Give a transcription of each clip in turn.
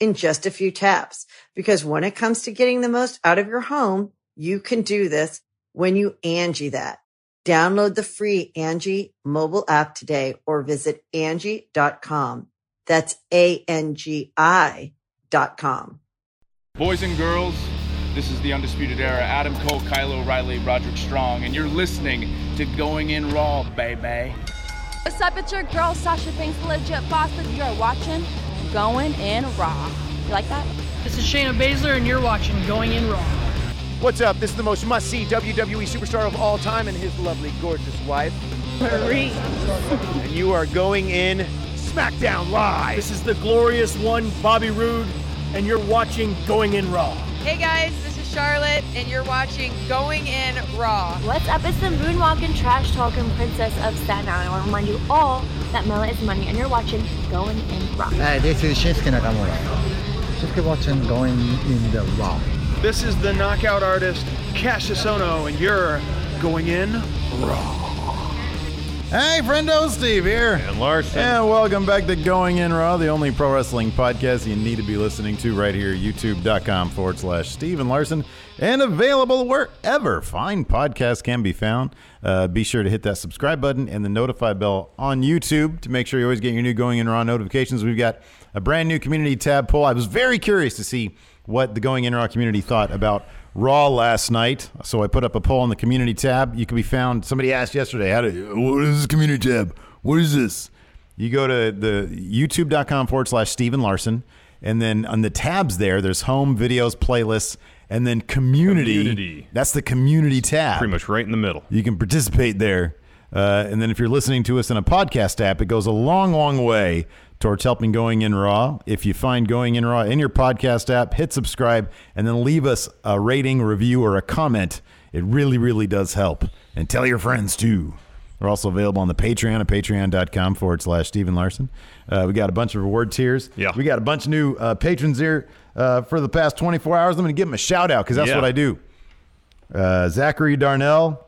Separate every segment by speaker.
Speaker 1: in just a few taps. Because when it comes to getting the most out of your home, you can do this when you Angie that. Download the free Angie mobile app today or visit Angie.com. That's A-N-G-I dot com.
Speaker 2: Boys and girls, this is the Undisputed Era. Adam Cole, Kylo Riley, Roderick Strong, and you're listening to Going In Raw, baby.
Speaker 3: What's up? It's your girl Sasha Banks, the legit boss. If you're watching Going in Raw, you like that?
Speaker 4: This is Shayna Baszler, and you're watching Going In Raw.
Speaker 5: What's up? This is the most must see WWE superstar of all time and his lovely, gorgeous wife. Marie. and you are going in SmackDown Live.
Speaker 6: This is the glorious one, Bobby Roode, and you're watching Going In Raw.
Speaker 7: Hey guys, this is Charlotte, and you're watching Going In Raw.
Speaker 8: What's up? It's the moonwalking, trash talking princess of Staten Island. I want to remind you all that Mela is money, and you're watching Going in Rock.
Speaker 9: Hi, this is Shinsuke Nakamura. Shinsuke watching going in the raw.
Speaker 10: This is the knockout artist Cassius Ono, and you're going in raw.
Speaker 11: Hey, friendo, Steve here.
Speaker 12: And Larson.
Speaker 11: And welcome back to Going In Raw, the only pro wrestling podcast you need to be listening to right here, youtube.com forward slash Steven Larson, and available wherever fine podcasts can be found. Uh, be sure to hit that subscribe button and the notify bell on YouTube to make sure you always get your new Going In Raw notifications. We've got a brand new community tab poll. I was very curious to see what the Going In Raw community thought about Raw last night. So I put up a poll on the community tab. You can be found. Somebody asked yesterday, "How do what is this community tab? What is this?" You go to the YouTube.com forward slash Stephen Larson, and then on the tabs there, there's home videos, playlists, and then community.
Speaker 12: Community.
Speaker 11: That's the community tab.
Speaker 12: Pretty much right in the middle.
Speaker 11: You can participate there. Uh, and then if you're listening to us in a podcast app, it goes a long, long way towards helping Going In Raw. If you find Going In Raw in your podcast app, hit subscribe and then leave us a rating, review, or a comment. It really, really does help. And tell your friends too. We're also available on the Patreon at patreon.com forward slash Stephen Larson. Uh, we got a bunch of reward tiers.
Speaker 12: Yeah.
Speaker 11: We got a bunch of new uh, patrons here uh, for the past 24 hours. I'm going to give them a shout out because that's
Speaker 12: Yeah.
Speaker 11: what I do. Uh, Zachary Darnell,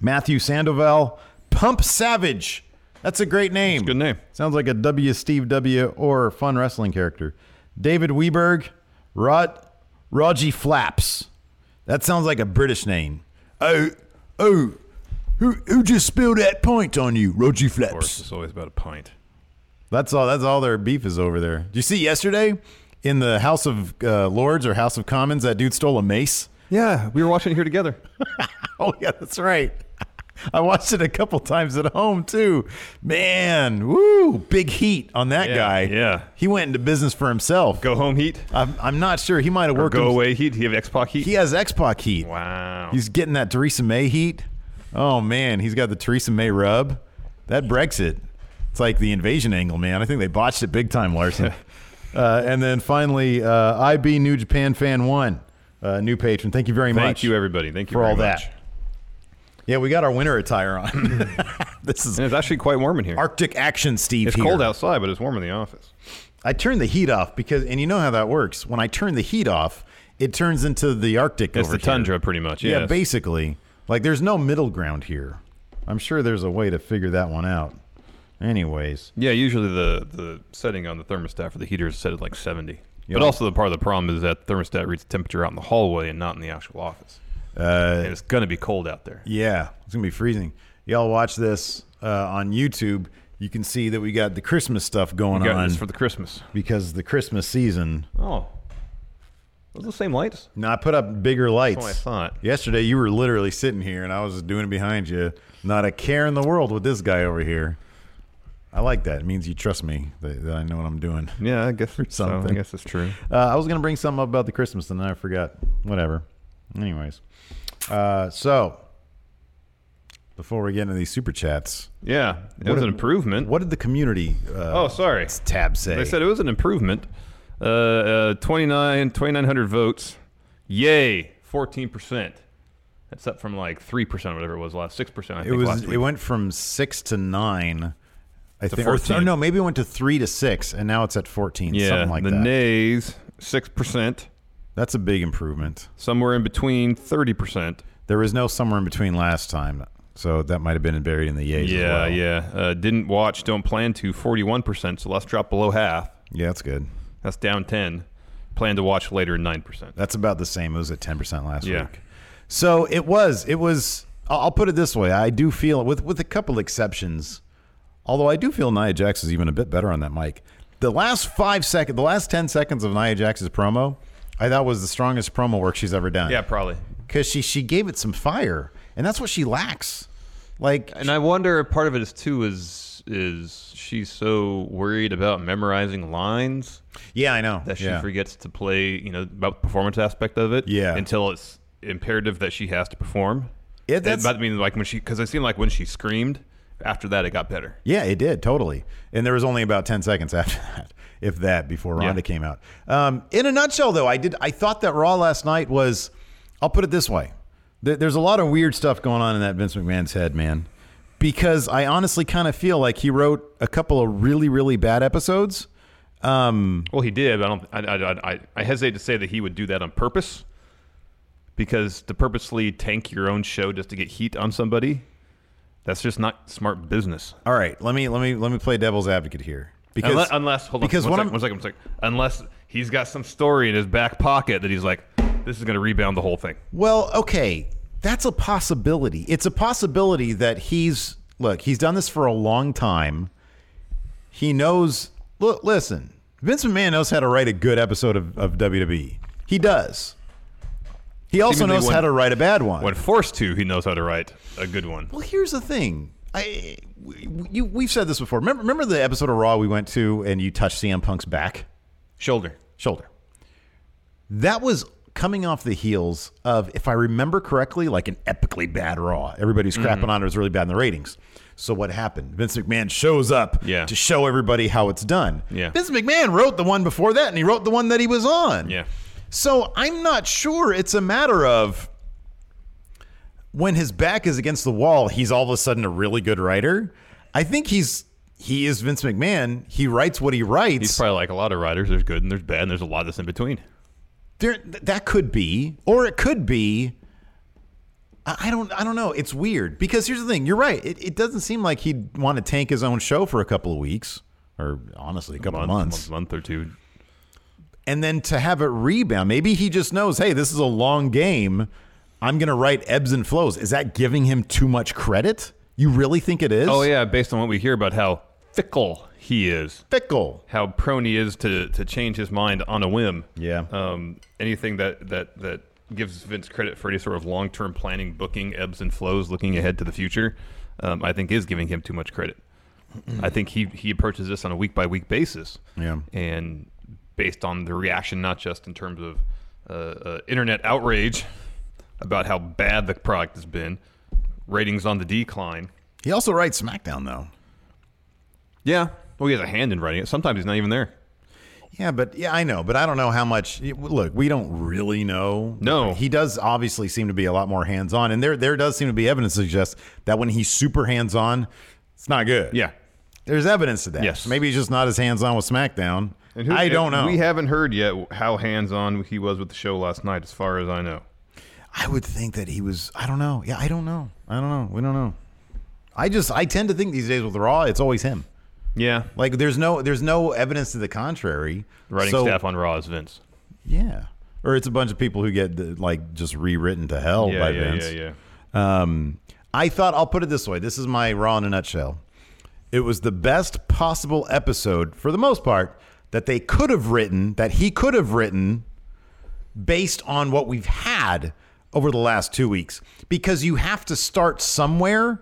Speaker 11: Matthew Sandoval, Pump Savage. That's a great name.
Speaker 12: Good name.
Speaker 11: Sounds like a W Steve W or a fun wrestling character. David Weberg, Rod, Rogie Flaps. That sounds like a British name. Oh, oh, who who just spilled that pint on you, Rogie
Speaker 12: Of course, it's always about a pint.
Speaker 11: That's all. That's all their beef is over there. Do you see yesterday in the House of uh, Lords or House of Commons that dude stole a mace?
Speaker 13: Yeah, we were watching it here together.
Speaker 11: Oh yeah, that's right. I watched it a couple times at home too. Man, woo, big heat on that
Speaker 12: Yeah,
Speaker 11: guy.
Speaker 12: yeah.
Speaker 11: he went into business for himself.
Speaker 12: Go home heat
Speaker 11: I'm, I'm not sure. He might have
Speaker 12: or
Speaker 11: worked.
Speaker 12: go
Speaker 11: him-
Speaker 12: away heat. You have X Pac heat.
Speaker 11: He has X Pac heat.
Speaker 12: Wow.
Speaker 11: He's getting that Theresa May heat. Oh man, he's got the Theresa May rub. That Brexit. It's like the invasion angle, man. I think they botched it big time, Larson. uh, and then finally, uh, IB New Japan Fan One, uh, new patron. Thank you very
Speaker 12: Thank
Speaker 11: much.
Speaker 12: you, everybody. Thank you
Speaker 11: for
Speaker 12: very
Speaker 11: all
Speaker 12: much.
Speaker 11: that. Yeah, we got our winter attire on. this is
Speaker 12: And it's actually quite warm in here.
Speaker 11: Arctic action, Steve.
Speaker 12: it's
Speaker 11: here.
Speaker 12: cold outside, but it's warm in the office.
Speaker 11: I turn the heat off because, and you know how that works. When I turn the heat off, it turns into the Arctic.
Speaker 12: It's
Speaker 11: over
Speaker 12: the
Speaker 11: here.
Speaker 12: tundra, pretty much.
Speaker 11: Yeah,
Speaker 12: yes.
Speaker 11: basically. Like, there's no middle ground here. I'm sure there's a way to figure that one out. Anyways,
Speaker 12: Yeah, usually the, the setting on the thermostat for the heater is set at like 70.
Speaker 11: Yeah.
Speaker 12: But also the part of the problem is that the thermostat reads the temperature out in the hallway and not in the actual office.
Speaker 11: uh,
Speaker 12: And it's going to be cold out there.
Speaker 11: yeah, it's gonna be freezing. Y'all watch this uh, on YouTube. You can see that we got the Christmas stuff going
Speaker 12: We got
Speaker 11: on
Speaker 12: this for the Christmas.
Speaker 11: because Oh. the Christmas season
Speaker 12: Oh. Those the same lights?
Speaker 11: No, I put up bigger lights.
Speaker 12: what I thought.
Speaker 11: Yesterday, you were literally sitting here, and I was just doing it behind you. Not a care in the world with this guy over here. I like that. It means you trust me that, that I know what I'm doing.
Speaker 12: Yeah, I guess
Speaker 11: something.
Speaker 12: I guess that's true.
Speaker 11: Uh, I was going to bring something up about the Christmas, and then I forgot. Whatever. Anyways, uh, so before we get into these super chats,
Speaker 12: Yeah, it was an improvement.
Speaker 11: What did the community? Uh,
Speaker 12: oh, sorry.
Speaker 11: Tab say
Speaker 12: They said it was an improvement. Uh, uh, 29 2,900 votes. Yay, 14%. That's up from like 3% or whatever it was last. 6%, I think,
Speaker 11: it was
Speaker 12: last week.
Speaker 11: it went from six to nine. I
Speaker 12: To
Speaker 11: think, or, th-
Speaker 12: 14.
Speaker 11: no, maybe it went to three to six, and now it's at fourteen.
Speaker 12: Yeah,
Speaker 11: something like
Speaker 12: the
Speaker 11: that.
Speaker 12: nays six percent.
Speaker 11: That's a big improvement.
Speaker 12: Somewhere in between thirty percent.
Speaker 11: There was no somewhere in between last time, so that might have been buried in the yays. as
Speaker 12: yeah,
Speaker 11: well.
Speaker 12: yeah. Uh, didn't watch, don't plan to, 41%, so let's drop below half.
Speaker 11: Yeah, that's good.
Speaker 12: That's down 10. Plan to watch later, 9%.
Speaker 11: That's about the same. It was at ten percent last
Speaker 12: Yeah.
Speaker 11: week. So it was. It was. I'll I'll put it this way. I do feel with with a couple exceptions. Although I do feel Nia Jax is even a bit better on that mic. The last five second, the last ten seconds of Nia Jax's promo, I thought was the strongest promo work she's ever done.
Speaker 12: Yeah, probably.
Speaker 11: because she she gave it some fire, and that's what she lacks. Like,
Speaker 12: And I wonder if part of it is, too, is is she's so worried about memorizing lines.
Speaker 11: Yeah, I know.
Speaker 12: That she
Speaker 11: Yeah.
Speaker 12: forgets to play, you know, about the performance aspect of it.
Speaker 11: Yeah.
Speaker 12: Until it's imperative that she has to perform.
Speaker 11: Yeah,
Speaker 12: It-
Speaker 11: that's-
Speaker 12: but I mean, like when she, because it seemed like when she screamed, after that it got better.
Speaker 11: yeah, it did totally. And there was only about ten seconds after that, if that, before
Speaker 12: Yeah.
Speaker 11: Ronda came out. Um, in a nutshell, though, I did. I thought that Raw last night was. I'll put it this way: There- there's a lot of weird stuff going on in that Vince McMahon's head, man. Because I honestly kind of feel like he wrote a couple of really, really bad episodes. Um,
Speaker 12: Well, he did. But I don't. I, I, I- I, I hesitate to say that he would do that on purpose, because to purposely tank your own show just to get heat on somebody, that's just not smart business.
Speaker 11: all right, let me let me let me play devil's advocate here. Because
Speaker 12: unless, unless hold on,
Speaker 11: because
Speaker 12: one
Speaker 11: what
Speaker 12: second,
Speaker 11: I'm-
Speaker 12: one second, one second. Unless he's got some story in his back pocket that he's like, this is going to rebound the whole thing.
Speaker 11: Well, okay, that's a possibility. It's a possibility that he's look, he's done this for a long time. He knows. Look, listen, Vince McMahon knows how to write a good episode of, of WWE. He does. He also
Speaker 12: Seemingly
Speaker 11: knows
Speaker 12: when-
Speaker 11: how to write a bad one.
Speaker 12: When forced to, he knows how to write a good one.
Speaker 11: Well, here's the thing. I w- you we've said this before. Remember, remember the episode of Raw we went to and you touched CM Punk's back,
Speaker 12: shoulder,
Speaker 11: shoulder. That was coming off the heels of, if I remember correctly, like an epically bad Raw. Everybody's crapping
Speaker 12: Mhm.
Speaker 11: on it. It was really bad in the ratings. So what happened? Vince McMahon shows up
Speaker 12: Yeah.
Speaker 11: to show everybody how it's done.
Speaker 12: Yeah.
Speaker 11: Vince McMahon wrote the one before that, and he wrote the one that he was on.
Speaker 12: Yeah.
Speaker 11: So I'm not sure it's a matter of when his back is against the wall, he's all of a sudden a really good writer. I think he's he is Vince McMahon. He writes what he writes.
Speaker 12: He's probably like a lot of writers. There's good and there's bad, and there's a lot that's in between.
Speaker 11: There, th- that could be, or it could be. I I don't. I don't know. It's weird because here's the thing. You're right. It, it doesn't seem like he'd want to tank his own show for a couple of weeks, or honestly, a couple of
Speaker 12: Month-
Speaker 11: months,
Speaker 12: month or two.
Speaker 11: and then to have it rebound. Maybe he just knows, hey, this is a long game. I'm going to write ebbs and flows. Is that giving him too much credit? You really think it is?
Speaker 12: Oh yeah, based on what we hear about how fickle he is,
Speaker 11: fickle,
Speaker 12: how prone he is to to change his mind on a whim.
Speaker 11: Yeah.
Speaker 12: Um, anything that that that gives Vince credit for any sort of long term planning, booking ebbs and flows, looking ahead to the future, um, I think is giving him too much credit. I think he he approaches this on a week by week basis.
Speaker 11: Yeah.
Speaker 12: And based on the reaction, not just in terms of uh, uh, internet outrage about how bad the product has been, ratings on the decline.
Speaker 11: He also writes SmackDown though.
Speaker 12: Yeah. Well, he has a hand in writing it. Sometimes he's not even there.
Speaker 11: Yeah, but yeah, I know, but I don't know how much. Look, we don't really know. No, he does obviously seem to be a lot more hands on, and there there does seem to be evidence to suggest that when he's super hands on, it's not good.
Speaker 12: Yeah,
Speaker 11: there's evidence to that.
Speaker 12: Yes.
Speaker 11: maybe he's just not as hands on with SmackDown.
Speaker 12: And who-
Speaker 11: I don't
Speaker 12: and
Speaker 11: know.
Speaker 12: We haven't heard yet how hands on he was with the show last night, as far as I know.
Speaker 11: I would think that he was. I don't know. Yeah, I don't know. I don't know. We don't know. I just I tend to think these days with Raw, it's always him.
Speaker 12: Yeah,
Speaker 11: like there's no there's no evidence to the contrary.
Speaker 12: Writing
Speaker 11: So-
Speaker 12: staff on Raw is Vince.
Speaker 11: Yeah. Or it's a bunch of people who get the, like just rewritten to hell
Speaker 12: Yeah,
Speaker 11: by
Speaker 12: yeah,
Speaker 11: Vince.
Speaker 12: yeah,
Speaker 11: yeah. Um, I thought I'll put it this way. This is my raw in a nutshell. It was the best possible episode for the most part that they could have written that he could have written based on what we've had over the last two weeks because you have to start somewhere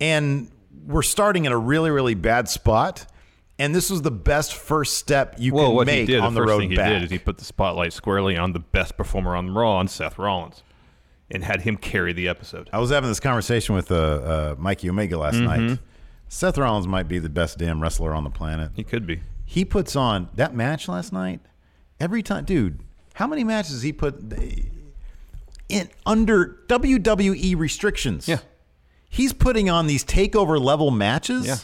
Speaker 11: and we're starting at a really really bad spot and this was the best first step you
Speaker 12: Well,
Speaker 11: can
Speaker 12: what he
Speaker 11: make
Speaker 12: did,
Speaker 11: on
Speaker 12: the
Speaker 11: the,
Speaker 12: first
Speaker 11: road
Speaker 12: thing he
Speaker 11: back
Speaker 12: did is he put the spotlight squarely on the best performer on Raw, on Seth Rollins, and had him carry the episode.
Speaker 11: I was having this conversation with uh, uh, Mikey Omega last
Speaker 12: Mhm.
Speaker 11: night. Seth Rollins might be the best damn wrestler on the planet. He
Speaker 12: could be.
Speaker 11: He puts on that match last night. Every time, dude, how many matches he put eh, in under WWE restrictions? Yeah, he's putting on these takeover level matches.
Speaker 12: Yeah.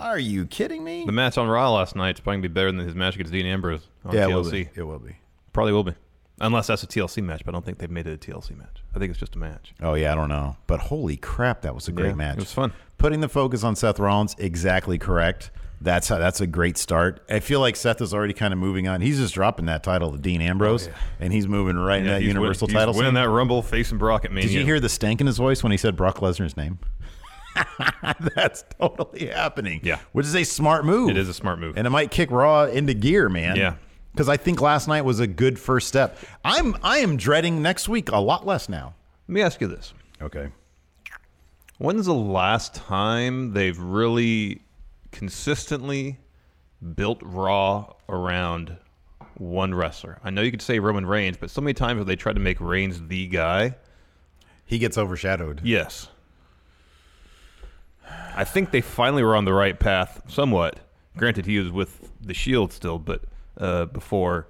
Speaker 11: Are you kidding me?
Speaker 12: The match on Raw last night is probably gonna be better than his match against Dean Ambrose on
Speaker 11: Yeah, it
Speaker 12: TLC.
Speaker 11: will be. It will be.
Speaker 12: Probably will be, unless that's a TLC match. But I don't think they've made it a TLC match. I think it's just a match.
Speaker 11: Oh yeah, I don't know, but holy crap, that was a great
Speaker 12: Yeah,
Speaker 11: match.
Speaker 12: it was fun.
Speaker 11: Putting the focus on Seth Rollins, exactly correct. That's how, that's a great start. I feel like Seth is already kind of moving on. He's just dropping that title to Dean Ambrose, and he's moving right in
Speaker 12: Oh, Yeah,
Speaker 11: that
Speaker 12: he's win-
Speaker 11: Universal
Speaker 12: he's
Speaker 11: title.
Speaker 12: winning
Speaker 11: scene.
Speaker 12: that Rumble facing Brock at Mania.
Speaker 11: Did you hear the stank in his voice when he said Brock Lesnar's name? That's totally happening.
Speaker 12: Yeah,
Speaker 11: which is a smart move. It is
Speaker 12: a smart move,
Speaker 11: and it might kick Raw into gear, man.
Speaker 12: Yeah.
Speaker 11: because I think last night was a good first step. I'm I am dreading next week a lot less now.
Speaker 12: Let me ask you this.
Speaker 11: Okay.
Speaker 12: When's the last time they've really consistently built Raw around one wrestler? I know you could say Roman Reigns, but so many times have they tried to make Reigns the guy.
Speaker 11: He gets overshadowed.
Speaker 12: Yes. I think they finally were on the right path somewhat. Granted, he was with the Shield E still, but uh, before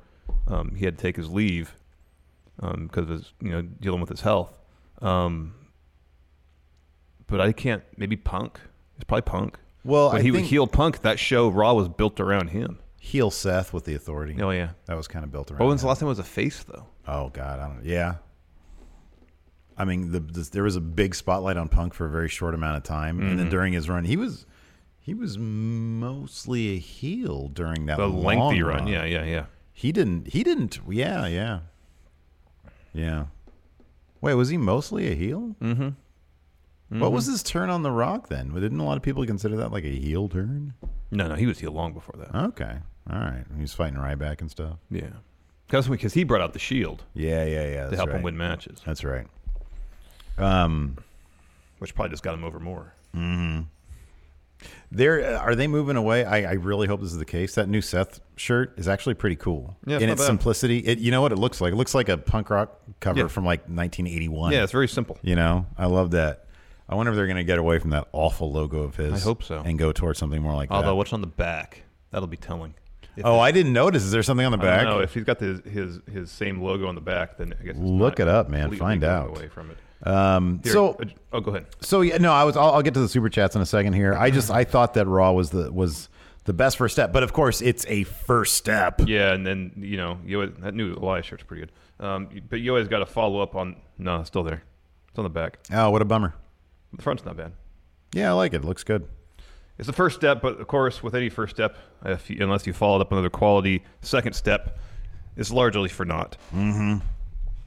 Speaker 12: um, he had to take his leave because of his, you know, dealing with his health. Um, but I can't. Maybe Punk. It's probably Punk.
Speaker 11: Well,
Speaker 12: when
Speaker 11: I
Speaker 12: he was
Speaker 11: think-
Speaker 12: heel Punk, that show Raw was built around him.
Speaker 11: Heel Seth with the authority.
Speaker 12: Oh yeah,
Speaker 11: that was kind of built around.
Speaker 12: But when's the last time it was a face though?
Speaker 11: Oh God, I don't. Yeah, I mean, the, the, there was a big spotlight on Punk for a very short amount of time, and then
Speaker 12: Mhm.
Speaker 11: during his run, he was he was mostly a heel during that
Speaker 12: The
Speaker 11: long
Speaker 12: lengthy run, yeah, yeah, yeah.
Speaker 11: He didn't. He didn't. Yeah, yeah, yeah. Wait, was he mostly a heel?
Speaker 12: Mm-hmm.
Speaker 11: What was
Speaker 12: Mhm.
Speaker 11: his turn on The Rock then? Didn't a lot of people consider that like a heel turn?
Speaker 12: No, no, he was heel long before that.
Speaker 11: Okay, all right. He was fighting Ryback and stuff.
Speaker 12: Yeah, because he brought out the Shield.
Speaker 11: Yeah, yeah, yeah.
Speaker 12: to
Speaker 11: that's
Speaker 12: help him
Speaker 11: right.
Speaker 12: win matches.
Speaker 11: That's right. Um,
Speaker 12: which probably just got him over more.
Speaker 11: Mm. There uh, are they moving away? I, I really hope this is the case. That new Seth shirt is actually pretty cool
Speaker 12: Yeah, it's
Speaker 11: in
Speaker 12: not
Speaker 11: its
Speaker 12: bad.
Speaker 11: simplicity. It you know what it looks like? It looks like a punk rock cover
Speaker 12: Yeah.
Speaker 11: from like 1981.
Speaker 12: Yeah, it's very simple.
Speaker 11: You know, I love that. I wonder if they're going to get away from that awful logo of his.
Speaker 12: I hope so.
Speaker 11: And go towards something more like
Speaker 12: Although what's on the back, that'll be telling.
Speaker 11: that. Oh, I didn't notice. Is there something on the back?
Speaker 12: No, if he's got his, his his same logo on the back, then I guess it's
Speaker 11: Look
Speaker 12: not
Speaker 11: it up, man.
Speaker 12: completely
Speaker 11: Find
Speaker 12: going
Speaker 11: out.
Speaker 12: Away from it.
Speaker 11: Um,
Speaker 12: Here,
Speaker 11: so,
Speaker 12: uh, oh, go ahead.
Speaker 11: So yeah, no, I was. I'll, I'll get to the super chats in a second here. I just I thought that Raw was the was the best first step, but of course it's a first step.
Speaker 12: Yeah, and then you know, you always, that new Elias shirt's pretty good. Um, but you always got to follow up on. No, it's still there. It's on the back.
Speaker 11: Oh, what a bummer.
Speaker 12: The front's not bad.
Speaker 11: Yeah, I like it. Looks good.
Speaker 12: It's the first step, but of course, with any first step, if you, unless you follow it up with another quality second step, it's largely for naught.
Speaker 11: Mm-hmm.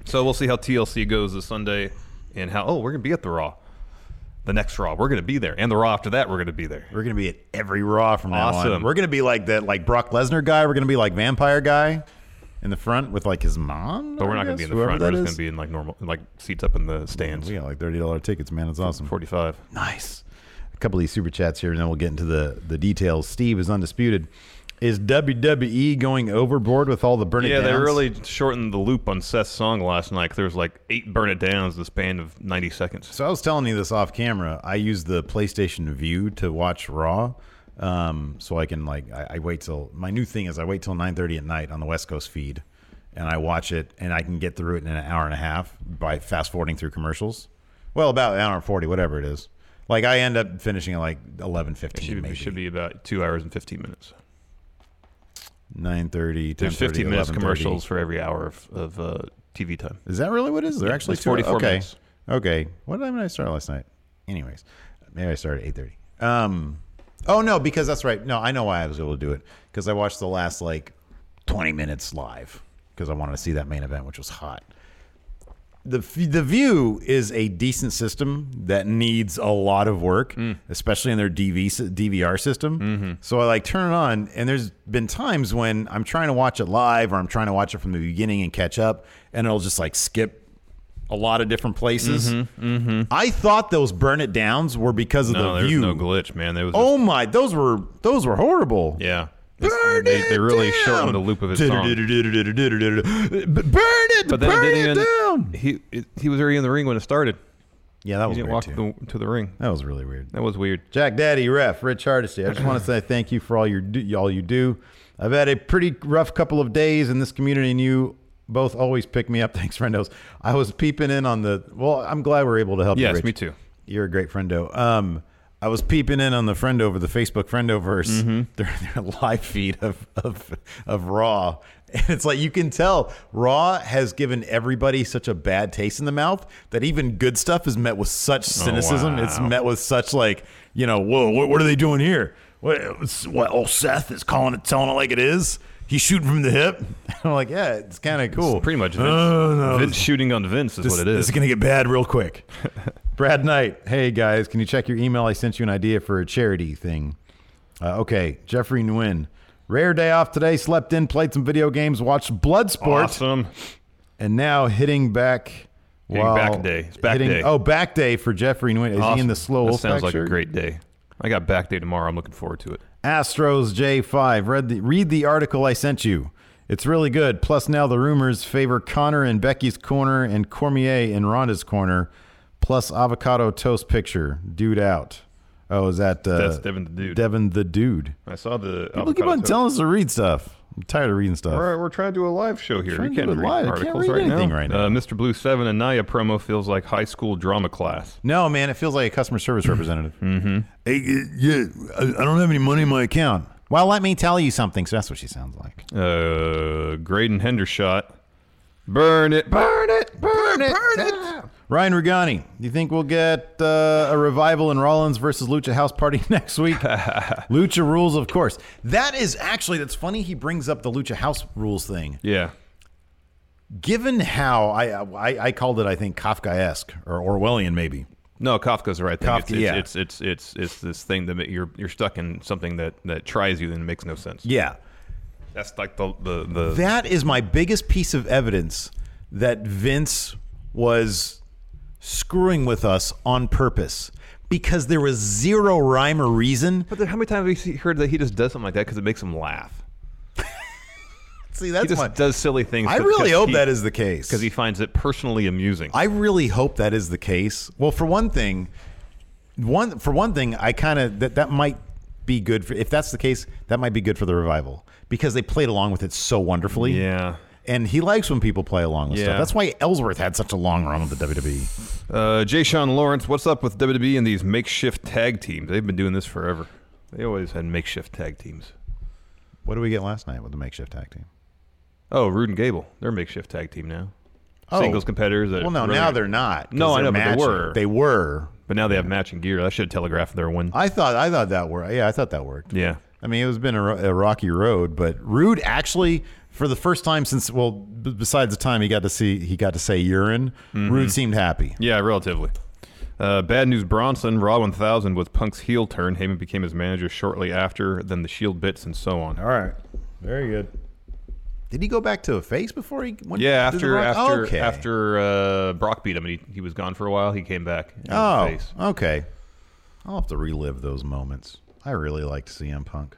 Speaker 12: So we'll see how TLC goes this Sunday, and how oh we're gonna be at the Raw, the next Raw we're gonna be there, and the Raw after that we're gonna be there.
Speaker 11: We're gonna be at every Raw from now on.
Speaker 12: Awesome.
Speaker 11: We're gonna be like that, like Brock Lesnar guy. We're gonna be like vampire guy in the front with like his mom.
Speaker 12: But we're not
Speaker 11: I
Speaker 12: gonna
Speaker 11: guess,
Speaker 12: be in the
Speaker 11: whoever
Speaker 12: front.
Speaker 11: that
Speaker 12: We're just
Speaker 11: is.
Speaker 12: gonna be in like normal, like seats up in the stands.
Speaker 11: We got like thirty dollar tickets, man. It's awesome.
Speaker 12: Forty five.
Speaker 11: Nice. A couple of these super chats here, and then we'll get into the the details. Steve is undisputed. Is WWE going overboard with all the burn it
Speaker 12: Yeah, they
Speaker 11: downs?
Speaker 12: really shortened the loop on Seth's song last night. 'cause There was like eight burn it downs in the span of ninety seconds.
Speaker 11: So I was telling you this off camera. I use the PlayStation View to watch Raw, um, so I can like I, I wait till my new thing is I wait till nine thirty at night on the West Coast feed, and I watch it, and I can get through it in an hour and a half by fast forwarding through commercials. Well, about an hour and forty, whatever it is. Like I end up finishing at like eleven
Speaker 12: It should,
Speaker 11: fifteen,
Speaker 12: be,
Speaker 11: maybe
Speaker 12: it should be about two hours and fifteen minutes.
Speaker 11: nine thirty.
Speaker 12: There's fifteen minutes commercials for every hour of, of uh, TV time.
Speaker 11: Is that really what it is? They're
Speaker 12: Yeah,
Speaker 11: actually
Speaker 12: it's 44
Speaker 11: okay.
Speaker 12: minutes.
Speaker 11: Okay. What time did I start last night? Anyways, maybe I started at eight thirty. Um, oh no, because that's right. No, I know why I was able to do it because I watched the last like twenty minutes live because I wanted to see that main event, which was hot. the f- the View is a decent system that needs a lot of work, especially in their DV, s- DVR system. So I like turn it on, and there's been times when I'm trying to watch it live or I'm trying to watch it from the beginning and catch up, and it'll just like skip a lot of different places.
Speaker 12: Mhm,
Speaker 11: I thought those burn it downs were because of
Speaker 12: No,
Speaker 11: the
Speaker 12: there's
Speaker 11: View.
Speaker 12: no glitch, man. There was
Speaker 11: oh my, those were those were horrible.
Speaker 12: Yeah. They, they really shortened the loop of his song.
Speaker 11: Burn it!
Speaker 12: But then
Speaker 11: burn
Speaker 12: it
Speaker 11: it
Speaker 12: didn't
Speaker 11: down!
Speaker 12: even. He it, he was already in the ring when it started.
Speaker 11: Yeah, that
Speaker 12: he
Speaker 11: was
Speaker 12: didn't
Speaker 11: weird,
Speaker 12: walk the- to the ring.
Speaker 11: That was really weird.
Speaker 12: That was weird.
Speaker 11: Jack Daddy Ref, Rich Hardesty. I just want to say thank you for all your do- all you do. I've had a pretty rough couple of days in this community, and you both always pick me up. Thanks, friendos. I was peeping in on the. Well, I'm glad we're able to help.
Speaker 12: Yes,
Speaker 11: you, Rich.
Speaker 12: me too.
Speaker 11: You're a great friendo. Um, I was peeping in on the friend over the Facebook friendoverse,
Speaker 12: Mm-hmm.
Speaker 11: their, their live feed of, of of Raw, and it's like you can tell Raw has given everybody such a bad taste in the mouth that even good stuff is met with such
Speaker 12: Oh,
Speaker 11: cynicism. It's
Speaker 14: wow.
Speaker 11: met with such like you know, whoa, what, what are they doing here? What, what? Oh, Seth is calling it, telling it like it is. He's shooting from the hip. I'm like, yeah, it's kind of cool.
Speaker 12: Pretty much. Vince,
Speaker 11: Oh, no.
Speaker 12: Vince shooting on Vince is
Speaker 11: This-
Speaker 12: what it
Speaker 11: this
Speaker 12: is.
Speaker 11: is gonna get bad real quick. Brad Knight, hey guys, can you check your email? I sent you an idea for a charity thing. Uh, okay, Jeffrey Nguyen, rare day off today. Slept in, played some video games, watched Bloodsport.
Speaker 12: Awesome.
Speaker 11: And now hitting back.
Speaker 12: Hitting
Speaker 11: while-
Speaker 12: back day. It's back day.
Speaker 11: Oh, back day for Jeffrey Nguyen. Is he in
Speaker 12: Awesome.
Speaker 11: the slow?
Speaker 12: That
Speaker 11: Wolfpack
Speaker 12: sounds like
Speaker 11: shirt?
Speaker 12: a great day. I got back day tomorrow. I'm looking forward to it.
Speaker 11: Astros J5. Read the, read the article I sent you. It's really good. Plus, now the rumors favor Connor and Becky's corner and Cormier and Ronda's corner. Plus, avocado toast picture. Dude out. Oh, is that uh,
Speaker 12: That's Devin the Dude.
Speaker 11: Devin the dude.
Speaker 12: I saw the.
Speaker 11: People keep
Speaker 12: avocado
Speaker 11: on
Speaker 12: toast.
Speaker 11: telling us to read stuff. I'm tired of reading stuff.
Speaker 12: We're, we're trying to do a live show here.
Speaker 11: Trying
Speaker 12: You
Speaker 11: to
Speaker 12: can't
Speaker 11: do it
Speaker 12: read
Speaker 11: live. I can't
Speaker 12: articles
Speaker 11: read
Speaker 12: right,
Speaker 11: anything
Speaker 12: now.
Speaker 11: right
Speaker 12: Uh, Mr. Blue Seven and Naya promo feels like high school drama class.
Speaker 11: No, man, it feels like a customer service representative. mm-hmm. yeah, I, I don't have any money in my account. Well, let me tell you something. So that's what she sounds like.
Speaker 12: Uh, Graydon Hendershot. Burn it, burn it, burn it, burn it.
Speaker 11: Ryan Rugani, do you think we'll get uh, a revival in Rollins versus Lucha House Party next week? Lucha rules, of course. That is actually that's funny. He brings up the Lucha House rules thing.
Speaker 12: Yeah.
Speaker 11: Given how I I, I called it, I think Kafkaesque or Orwellian, maybe.
Speaker 12: No, Kafka's the right thing.
Speaker 11: Kafka,
Speaker 12: it's, it's,
Speaker 11: yeah.
Speaker 12: it's, it's it's it's this thing that ma- you're you're stuck in something that that tries you and makes no sense.
Speaker 11: Yeah.
Speaker 12: That's like the the, the
Speaker 11: That is my biggest piece of evidence that Vince was screwing with us on purpose because there was zero rhyme or reason.
Speaker 12: But then how many times have you heard that he just does something like that because it makes him laugh?
Speaker 11: See, that's
Speaker 12: he just
Speaker 11: my-
Speaker 12: does silly things.
Speaker 11: I really hope that is the case
Speaker 12: because he finds it personally amusing.
Speaker 11: I really hope that is the case. Well, for one thing, one for one thing, I kind of that that might be good for if that's the case. That might be good for the revival because they played along with it so wonderfully.
Speaker 12: Yeah.
Speaker 11: And he likes when people play along with stuff.
Speaker 12: Yeah.
Speaker 11: That's why Ellsworth had such a long run with the E. WWE.
Speaker 12: Uh, Jay Sean Lawrence, what's up with WWE and these makeshift tag teams? They've been doing this forever. They always had makeshift tag teams.
Speaker 11: What did we get last night with the makeshift tag team?
Speaker 12: Oh, Rude and Gable, they're a makeshift tag team now.
Speaker 11: Oh.
Speaker 12: Singles competitors. that
Speaker 11: Well, no,
Speaker 12: really-
Speaker 11: now they're not, 'cause
Speaker 12: No, I
Speaker 11: they're
Speaker 12: know, but
Speaker 11: matching.
Speaker 12: they were.
Speaker 11: They were.
Speaker 12: But now they have matching gear. That should have telegraphed their win.
Speaker 11: I thought I thought that worked. Yeah, I thought that worked.
Speaker 12: Yeah.
Speaker 11: I mean, it was been a, ro- a rocky road, but Rude actually, for the first time since well, b- besides the time he got to see he got to say urine,
Speaker 12: Mm-hmm.
Speaker 11: Rude seemed happy.
Speaker 12: Yeah, relatively. Uh, bad news Bronson, Raw 1000 was Punk's heel turn. Heyman became his manager shortly after, then the Shield bits and so on. All
Speaker 11: right. Very good. Did he go back to a face before he went?
Speaker 12: Yeah,
Speaker 11: to the
Speaker 12: after
Speaker 11: Rock?
Speaker 12: after
Speaker 11: Okay.
Speaker 12: after uh, Brock beat him and he, he was gone for a while, he came back. and he was
Speaker 11: Oh,
Speaker 12: the face.
Speaker 11: okay. I'll have to relive those moments. I really liked CM Punk.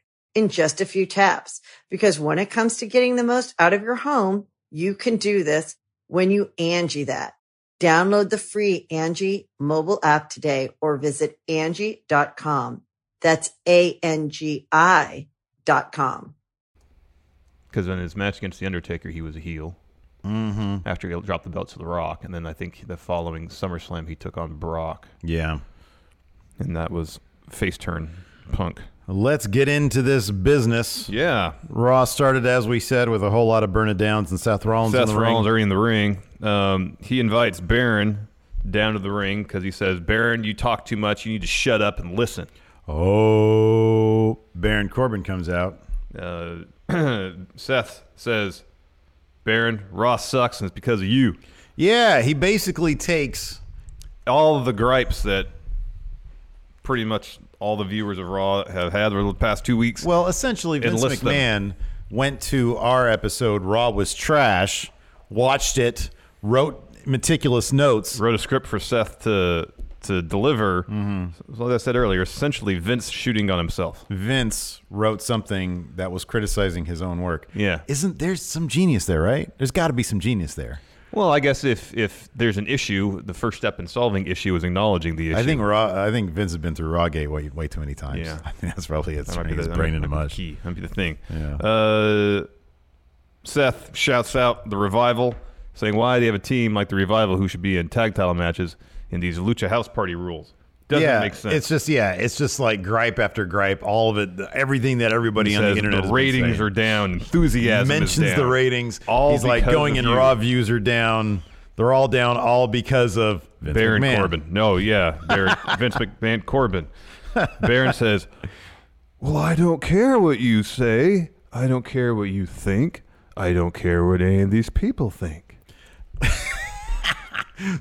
Speaker 15: in just a few taps. Because when it comes to getting the most out of your home, you can do this when you Angie that. Download the free Angie mobile app today or visit Angie.com. That's A-N-G-I dot com.
Speaker 12: Because in his match against The Undertaker, he was a heel.
Speaker 11: Mm-hmm.
Speaker 12: After he dropped the belt to The Rock, and then I think the following SummerSlam he took on Brock,
Speaker 11: Yeah.
Speaker 12: and that was face turn Punk.
Speaker 11: Let's get into this business.
Speaker 12: Yeah.
Speaker 11: Raw started, as we said, with a whole lot of burn it downs and Seth Rollins in
Speaker 12: Seth
Speaker 11: the ring.
Speaker 12: Rollins already in the ring. Um, he invites Baron down to the ring because he says, "Baron, you talk too much. You need to shut up and listen."
Speaker 11: Oh, Baron Corbin comes out.
Speaker 12: Uh, Seth says, "Baron, Ross sucks, and it's because of you."
Speaker 11: Yeah, he basically takes
Speaker 12: all of the gripes that pretty much all the viewers of Raw have had over the past two weeks.
Speaker 11: Well, essentially,
Speaker 12: and
Speaker 11: Vince
Speaker 12: list them.
Speaker 11: McMahon went to our episode, Raw was trash, watched it, wrote meticulous notes.
Speaker 12: wrote a script for Seth to to deliver. Mm-hmm. Like I said earlier, essentially Vince shooting on himself.
Speaker 11: Vince wrote something that was criticizing his own work.
Speaker 12: Yeah.
Speaker 11: Isn't there's some genius there, right? There's got to be some genius there.
Speaker 12: Well, I guess if if there's an issue, the first step in solving issue is acknowledging the issue.
Speaker 11: I think Raw. I think Vince has been through Rawgate way way too many times.
Speaker 12: Yeah.
Speaker 11: I think that's probably it.
Speaker 12: That might be
Speaker 11: He's
Speaker 12: the- that
Speaker 11: brain
Speaker 12: might-
Speaker 11: in a
Speaker 12: might be the
Speaker 11: mush.
Speaker 12: key. Might be the thing.
Speaker 11: Yeah.
Speaker 12: Uh, Seth shouts out the revival, saying why they have a team like the revival who should be in tag title matches in these lucha house party rules. Doesn't
Speaker 11: yeah,
Speaker 12: make sense.
Speaker 11: It's just yeah, it's just like gripe after gripe. All of it, the- everything that everybody
Speaker 12: He
Speaker 11: on the
Speaker 12: says
Speaker 11: internet has been
Speaker 12: ratings
Speaker 11: saying.
Speaker 12: are down. Enthusiasm is
Speaker 11: mentions the
Speaker 12: down.
Speaker 11: ratings.
Speaker 12: All
Speaker 11: he's like
Speaker 12: because
Speaker 11: going
Speaker 12: of
Speaker 11: in
Speaker 12: you.
Speaker 11: raw views are down. They're all down, all because of Vince
Speaker 12: Baron
Speaker 11: McMahon.
Speaker 12: Corbin. No, yeah, Baron, Vince McMahon Corbin. Baron says, "Well, I don't care what you say. I don't care what you think. I don't care what any of these people think.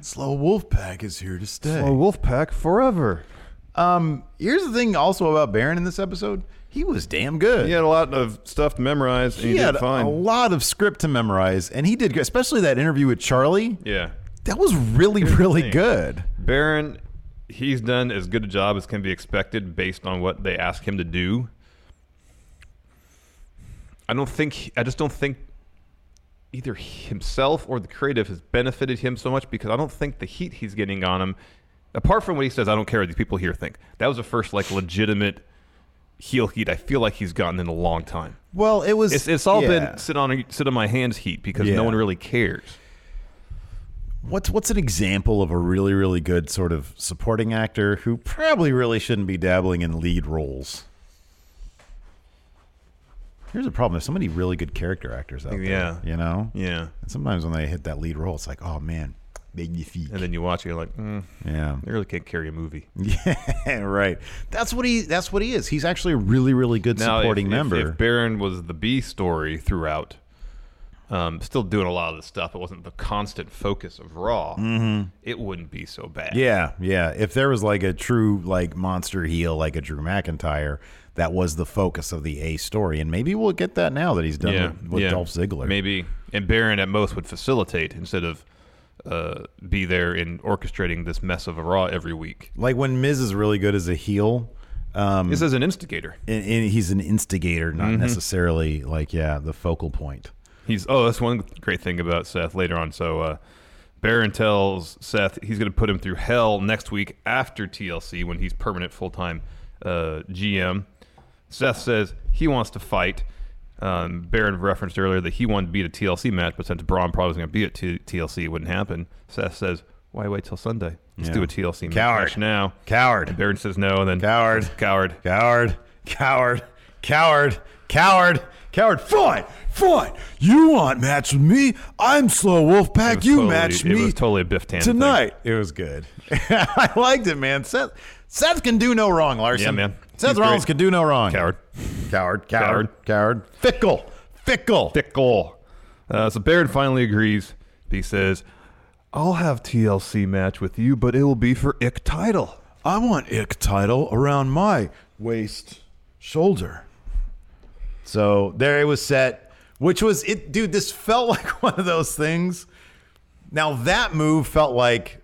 Speaker 11: Slow Wolfpack is here to stay.
Speaker 12: Slow Wolfpack forever."
Speaker 11: Um, here's the thing, also about Baron in this episode, he was damn good.
Speaker 12: He had a lot of stuff to memorize, and he,
Speaker 11: he had
Speaker 12: did fine.
Speaker 11: a lot of script to memorize, and he did good. Especially that interview with Charlie.
Speaker 12: yeah,
Speaker 11: That was really,
Speaker 12: Here's the
Speaker 11: really
Speaker 12: thing.
Speaker 11: good.
Speaker 12: Baron, he's done as good a job as can be expected based on what they ask him to do. I don't think I just don't think either himself or the creative has benefited him so much because I don't think the heat he's getting on him, apart from what he says, I don't care what these people here think. That was the first like legitimate heel heat I feel like he's gotten in a long time.
Speaker 11: Well, it was.
Speaker 12: It's, it's all
Speaker 11: yeah.
Speaker 12: been sit on sit on my hands heat because
Speaker 11: Yeah.
Speaker 12: no one really cares.
Speaker 11: What's what's an example of a really, really good sort of supporting actor who probably really shouldn't be dabbling in lead roles? Here's a problem: there's so many really good character actors out there.
Speaker 12: Yeah.
Speaker 11: you know.
Speaker 12: Yeah.
Speaker 11: And sometimes when they hit that lead role, it's like, oh man, magnifique.
Speaker 12: And then you watch it, you're like, mm,
Speaker 11: Yeah.
Speaker 12: they really can't carry a movie.
Speaker 11: Yeah, right. That's what he. That's what he is. He's actually a really, really good
Speaker 12: if-
Speaker 11: supporting
Speaker 12: if,
Speaker 11: member.
Speaker 12: If, Baron was the B story throughout, um, still doing a lot of the stuff, it wasn't the constant focus of Raw.
Speaker 11: Mhm.
Speaker 12: It wouldn't be so bad.
Speaker 11: Yeah, yeah. If there was like a true like monster heel like a Drew McIntyre, that was the focus of the A story, and maybe we'll get that now that he's done
Speaker 12: yeah,
Speaker 11: with, with
Speaker 12: yeah.
Speaker 11: Dolph Ziggler.
Speaker 12: maybe. And Baron at most would facilitate instead of uh, be there and orchestrating this mess of a Raw every week.
Speaker 11: Like when Miz is really good as a heel, um,
Speaker 12: This is an instigator.
Speaker 11: and, and he's an instigator, not
Speaker 12: Mhm.
Speaker 11: necessarily like yeah the focal point.
Speaker 12: He's oh, that's one great thing about Seth later on. So uh, Baron tells Seth he's going to put him through hell next week after TLC when he's permanent full time uh, GM. Seth says he wants to fight. Um, Baron referenced earlier that he wanted to beat a TLC match, but since Braun probably was going to be at T- TLC, it wouldn't happen. Seth says, "Why wait till Sunday? Let's
Speaker 11: Yeah.
Speaker 12: do a TLC
Speaker 11: Coward.
Speaker 12: match now."
Speaker 11: Coward.
Speaker 12: And Baron says no, and then
Speaker 11: Coward,
Speaker 12: coward,
Speaker 11: coward, coward, coward, coward, coward. Fine, fine. You want match with me? I'm slow
Speaker 12: It
Speaker 11: Wolfpack.
Speaker 12: was
Speaker 11: You
Speaker 12: totally-
Speaker 11: match
Speaker 12: It
Speaker 11: me
Speaker 12: was totally a Biff Tannen thing.
Speaker 11: tonight. It was good. I liked it, man. Seth Seth can do no wrong, Larson.
Speaker 12: Yeah, man.
Speaker 11: Seth
Speaker 12: He's
Speaker 11: Rollins
Speaker 12: great.
Speaker 11: can do no wrong.
Speaker 12: Coward.
Speaker 11: Coward, coward, coward. Fickle, fickle.
Speaker 12: Fickle. Uh, so Baron finally agrees. He says, "I'll have TLC match with you, but it will be for Ick title."
Speaker 11: I want ick title around my waist, shoulder. So there it was set, which was it, dude. This felt like one of those things. Now that move felt like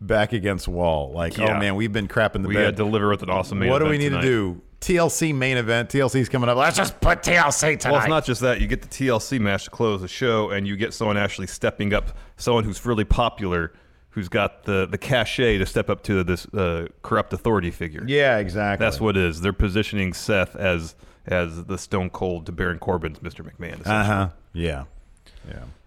Speaker 11: back against wall. Like, oh
Speaker 12: Yeah.
Speaker 11: man, we've been crapping the
Speaker 12: We
Speaker 11: bed.
Speaker 12: gotta deliver with an awesome main
Speaker 11: What do we
Speaker 12: event
Speaker 11: need
Speaker 12: tonight.
Speaker 11: to do? TLC main event. TLC's coming up. Let's just put TLC tonight.
Speaker 12: Well, it's not just that. You get the TLC match to close the show, and you get someone actually stepping up, someone who's really popular, who's got the, the cachet to step up to this uh, corrupt authority figure.
Speaker 11: Yeah, exactly.
Speaker 12: That's what it is. They're positioning Seth as as the Stone Cold to Baron Corbin's Mr. McMahon. essentially.
Speaker 11: Uh-huh. Yeah.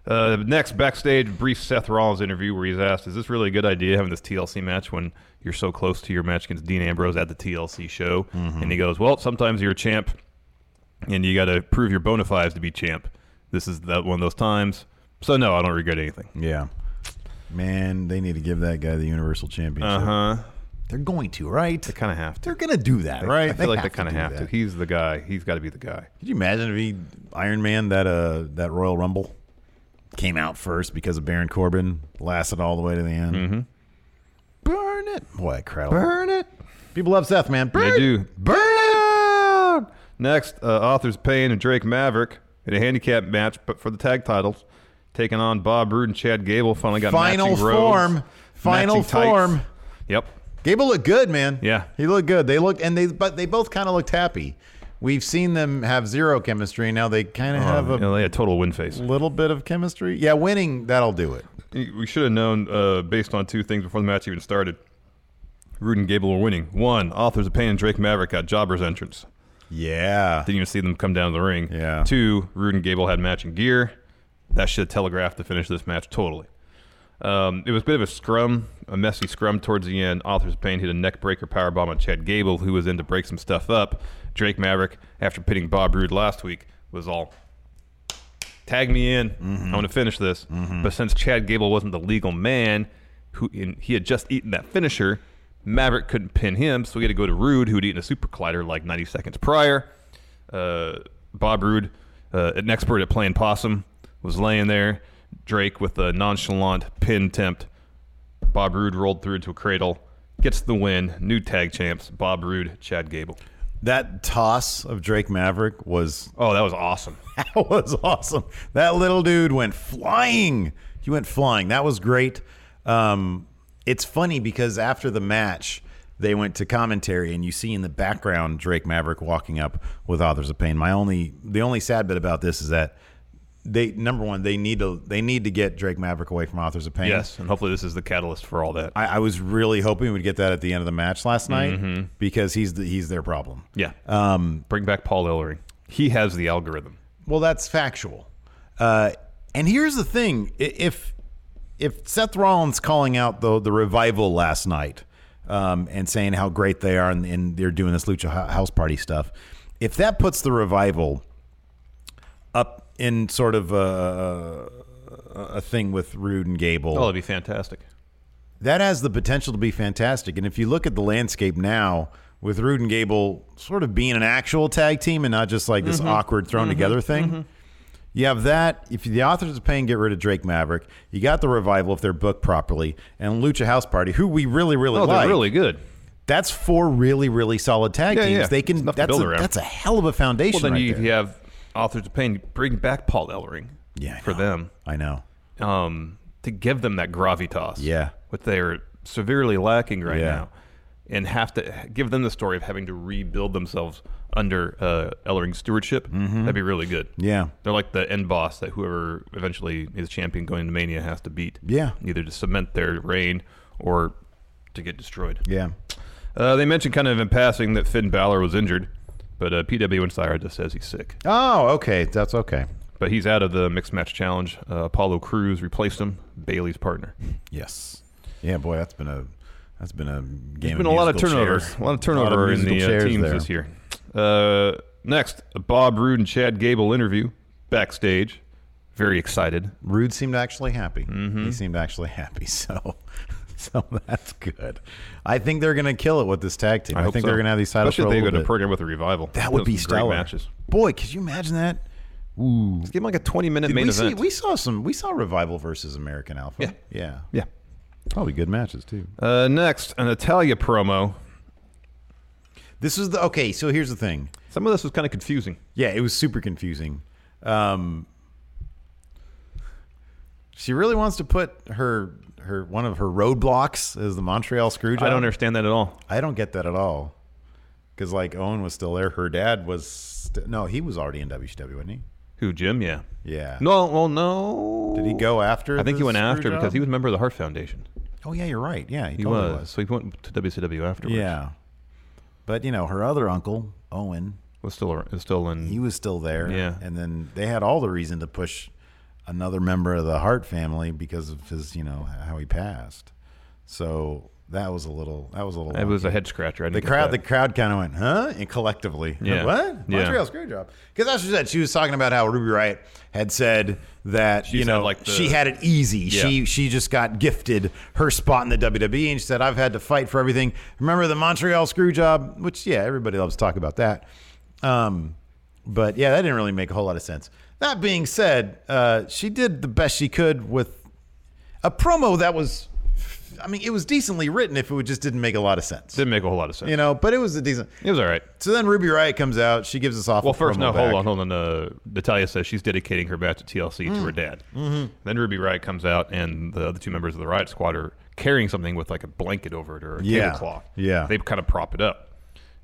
Speaker 12: Uh, next, backstage, brief Seth Rollins interview where he's asked, "Is this really a good idea having this TLC match when you're so close to your match against Dean Ambrose at the TLC show?"
Speaker 11: Mhm.
Speaker 12: And he goes, "Well, sometimes you're a champ, and you got to prove your bona fides to be champ. This is that one of those times. So no, I don't regret anything."
Speaker 11: Yeah. Man, they need to give that guy the Universal Championship.
Speaker 12: Uh huh.
Speaker 11: They're going to, right? They
Speaker 12: kind of have to.
Speaker 11: They're going to do that, right?
Speaker 12: I feel like they kind of
Speaker 11: do
Speaker 12: have
Speaker 11: that.
Speaker 12: to. He's the guy. He's got to be the guy.
Speaker 11: Could you imagine if he Iron Man that uh that Royal Rumble came out first because of Baron Corbin lasted all the way to the end? Mm-hmm. Burn it, boy! Crowd,
Speaker 12: Burn
Speaker 11: it. People love Seth, man. Burn
Speaker 12: They do. Burn! Next, uh, Authors Payne and Drake Maverick in a handicap match but for the tag titles, taking on Bob Roode and Chad Gable. Finally got
Speaker 11: Final
Speaker 12: matching robes,
Speaker 11: form. Final
Speaker 12: matching tights.
Speaker 11: form.
Speaker 12: Yep.
Speaker 11: Gable looked good, man.
Speaker 12: Yeah.
Speaker 11: he looked good. They looked and they but they both kind of looked happy. We've seen them have zero chemistry. Now they kind of
Speaker 12: Oh,
Speaker 11: have a
Speaker 12: you know, they had total win face.
Speaker 11: little bit of chemistry. Yeah, winning that'll do it.
Speaker 12: We should have known uh, based on two things before the match even started. Roode and Gable were winning. One, Authors of Pain and Drake Maverick got jobbers entrance.
Speaker 11: Yeah.
Speaker 12: Didn't even see them come down to the ring.
Speaker 11: Yeah.
Speaker 12: Two, Rude and Gable had matching gear. That should have telegraphed the finish of this match totally. Um, it was a bit of a scrum, a messy scrum towards the end. Authors of Pain hit a neckbreaker powerbomb on Chad Gable, who was in to break some stuff up. Drake Maverick, after pitting Bob Roode last week, was all tag me in.
Speaker 11: Mm-hmm.
Speaker 12: I want to finish this. But since Chad Gable wasn't the legal man, who and he had just eaten that finisher, Maverick couldn't pin him, so he had to go to Rude, who had eaten a super collider like 90 seconds prior. Uh, Bob Rude, uh, an expert at playing possum, was laying there. Drake with a nonchalant pin attempt. Bob Rude rolled through to a cradle, gets the win. New tag champs: Bob Rude, Chad Gable.
Speaker 11: That toss of Drake Maverick was
Speaker 12: oh, that was awesome.
Speaker 11: That was awesome. That little dude went flying. He went flying. That was great. Um, it's funny because after the match, they went to commentary, and you see in the background Drake Maverick walking up with Authors of Pain. My only, the only sad bit about this is that they number one they need to they need to get Drake Maverick away from Authors of Pain.
Speaker 12: Yes, and hopefully this is the catalyst for all that.
Speaker 11: I, I was really hoping we'd get that at the end of the match last night
Speaker 12: Mhm.
Speaker 11: because he's the, he's their problem.
Speaker 12: Yeah.
Speaker 11: Um,
Speaker 12: Bring back Paul Ellering. He has the algorithm.
Speaker 11: Well, that's factual. Uh, and here's the thing: I- if if Seth Rollins calling out the the revival last night um, and saying how great they are and, and they're doing this lucha Ho- house party stuff, if that puts the revival up in sort of a, a thing with Rude and Gable,
Speaker 12: Oh, that'd be fantastic.
Speaker 11: that has the potential to be fantastic. And if you look at the landscape now with Rude and Gable sort of being an actual tag team and not just like this
Speaker 12: Mhm.
Speaker 11: awkward thrown
Speaker 12: Mhm.
Speaker 11: together thing,
Speaker 12: Mhm.
Speaker 11: you have that. If the authors of pain get rid of Drake Maverick, you got the revival if they're booked properly, and Lucha House Party, who we really, really
Speaker 12: oh, they're
Speaker 11: like.
Speaker 12: really good.
Speaker 11: That's four really, really solid tag
Speaker 12: Yeah,
Speaker 11: teams.
Speaker 12: yeah.
Speaker 11: They can.
Speaker 12: Stuff to
Speaker 11: That's
Speaker 12: build
Speaker 11: a,
Speaker 12: around.
Speaker 11: that's a hell of a foundation.
Speaker 12: Well, then
Speaker 11: right
Speaker 12: you,
Speaker 11: there.
Speaker 12: you have authors of pain. Bring back Paul Ellering.
Speaker 11: Yeah,
Speaker 12: for them.
Speaker 11: I know.
Speaker 12: Um, to give them that gravitas.
Speaker 11: Yeah.
Speaker 12: what they are severely lacking right
Speaker 11: Yeah.
Speaker 12: now, and have to give them the story of having to rebuild themselves under uh, Ellering's stewardship.
Speaker 11: Mhm.
Speaker 12: That'd be really good.
Speaker 11: Yeah.
Speaker 12: they're like the end boss that whoever eventually is champion going into Mania has to beat.
Speaker 11: Yeah.
Speaker 12: either to cement their reign or to get destroyed.
Speaker 11: Yeah.
Speaker 12: Uh, they mentioned kind of in passing that Finn Balor was injured, but uh, PW Insider just says he's sick.
Speaker 11: Oh, okay. That's okay.
Speaker 12: But he's out of the mixed match challenge. Uh, Apollo Cruz replaced him, Bailey's partner.
Speaker 11: Yes. Yeah, boy, that's been a that's been a game.
Speaker 12: There's been a lot of
Speaker 11: musical
Speaker 12: turnover,
Speaker 11: chairs.
Speaker 12: a lot of turnover in
Speaker 11: musical
Speaker 12: the uh,
Speaker 11: chairs
Speaker 12: teams
Speaker 11: there.
Speaker 12: this year. Uh, next, a Bob Roode and Chad Gable interview backstage. Very excited.
Speaker 11: Rude seemed actually happy.
Speaker 12: Mm-hmm.
Speaker 11: He seemed actually happy. So, so that's good. I think they're going to kill it with this tag team. I,
Speaker 12: hope
Speaker 11: think
Speaker 12: so.
Speaker 11: they're going to have these titles
Speaker 12: Especially
Speaker 11: for a
Speaker 12: if they
Speaker 11: little
Speaker 12: go to
Speaker 11: bit.
Speaker 12: program with a revival.
Speaker 11: That would
Speaker 12: Those
Speaker 11: be
Speaker 12: are great
Speaker 11: stellar.
Speaker 12: matches.
Speaker 11: Boy, could you imagine that? Ooh,
Speaker 12: give him like a twenty-minute
Speaker 11: Did
Speaker 12: main
Speaker 11: we
Speaker 12: event.
Speaker 11: See, we saw some. We saw revival versus American Alpha. Yeah, yeah,
Speaker 12: Yeah.
Speaker 11: Probably good matches too.
Speaker 12: Uh, next, an Italia promo.
Speaker 11: This is the okay. So here's the thing.
Speaker 12: Some of this was kind of confusing.
Speaker 11: Yeah, it was super confusing. Um, She really wants to put her her one of her roadblocks as the Montreal Screwjob.
Speaker 12: I don't understand that at all.
Speaker 11: I don't get that at all. Because like Owen was still there, her dad was st- no, he was already in WCW, wasn't he?
Speaker 12: Who Jim? Yeah.
Speaker 11: Yeah.
Speaker 12: No. Well, no.
Speaker 11: Did he go after?
Speaker 12: I think he
Speaker 11: the
Speaker 12: went after
Speaker 11: Screwjob?
Speaker 12: because he was a member of the Hart Foundation.
Speaker 11: Oh yeah, you're right. Yeah, he,
Speaker 12: He
Speaker 11: totally
Speaker 12: was. So he went to WCW afterwards.
Speaker 11: Yeah. But you know, her other uncle, Owen,
Speaker 12: was still ar- is still in
Speaker 11: he was still there.
Speaker 12: Mm. Yeah.
Speaker 11: And then they had all the reason to push another member of the Hart family because of his, you know, how he passed. So that was a little that was a little
Speaker 12: It was
Speaker 11: wonky.
Speaker 12: a head scratcher. I didn't
Speaker 11: The
Speaker 12: get
Speaker 11: crowd
Speaker 12: that.
Speaker 11: the crowd kind of went, "Huh?" and collectively.
Speaker 12: Yeah.
Speaker 11: What?
Speaker 12: Yeah.
Speaker 11: Montreal Screwjob. Cuz that's what she said. She was talking about how Ruby Riot had said that,
Speaker 12: She's
Speaker 11: you know,
Speaker 12: had, like, the-
Speaker 11: she had it easy. She she just got gifted her spot in the WWE and she said, I've had to fight for everything. Remember the Montreal screw job? Which yeah, everybody loves to talk about that. Um, but yeah, that didn't really make a whole lot of sense. That being said, uh, she did the best she could with a promo that was I mean, it was decently written if it just didn't make a lot of sense.
Speaker 12: Didn't make a whole lot of sense.
Speaker 11: You know, but it was a decent
Speaker 12: It was all right.
Speaker 11: So then Ruby Riot comes out, she gives us off.
Speaker 12: Well,
Speaker 11: a
Speaker 12: first,
Speaker 11: promo
Speaker 12: no,
Speaker 11: back.
Speaker 12: hold on, hold on. Uh, Natalia says she's dedicating her match to TLC to
Speaker 11: Mm.
Speaker 12: her dad.
Speaker 11: Mhm.
Speaker 12: Then Ruby Riot comes out, and the other two members of the Riot Squad are carrying something with like a blanket over it or a
Speaker 11: Yeah.
Speaker 12: tablecloth.
Speaker 11: Yeah.
Speaker 12: They kind of prop it up.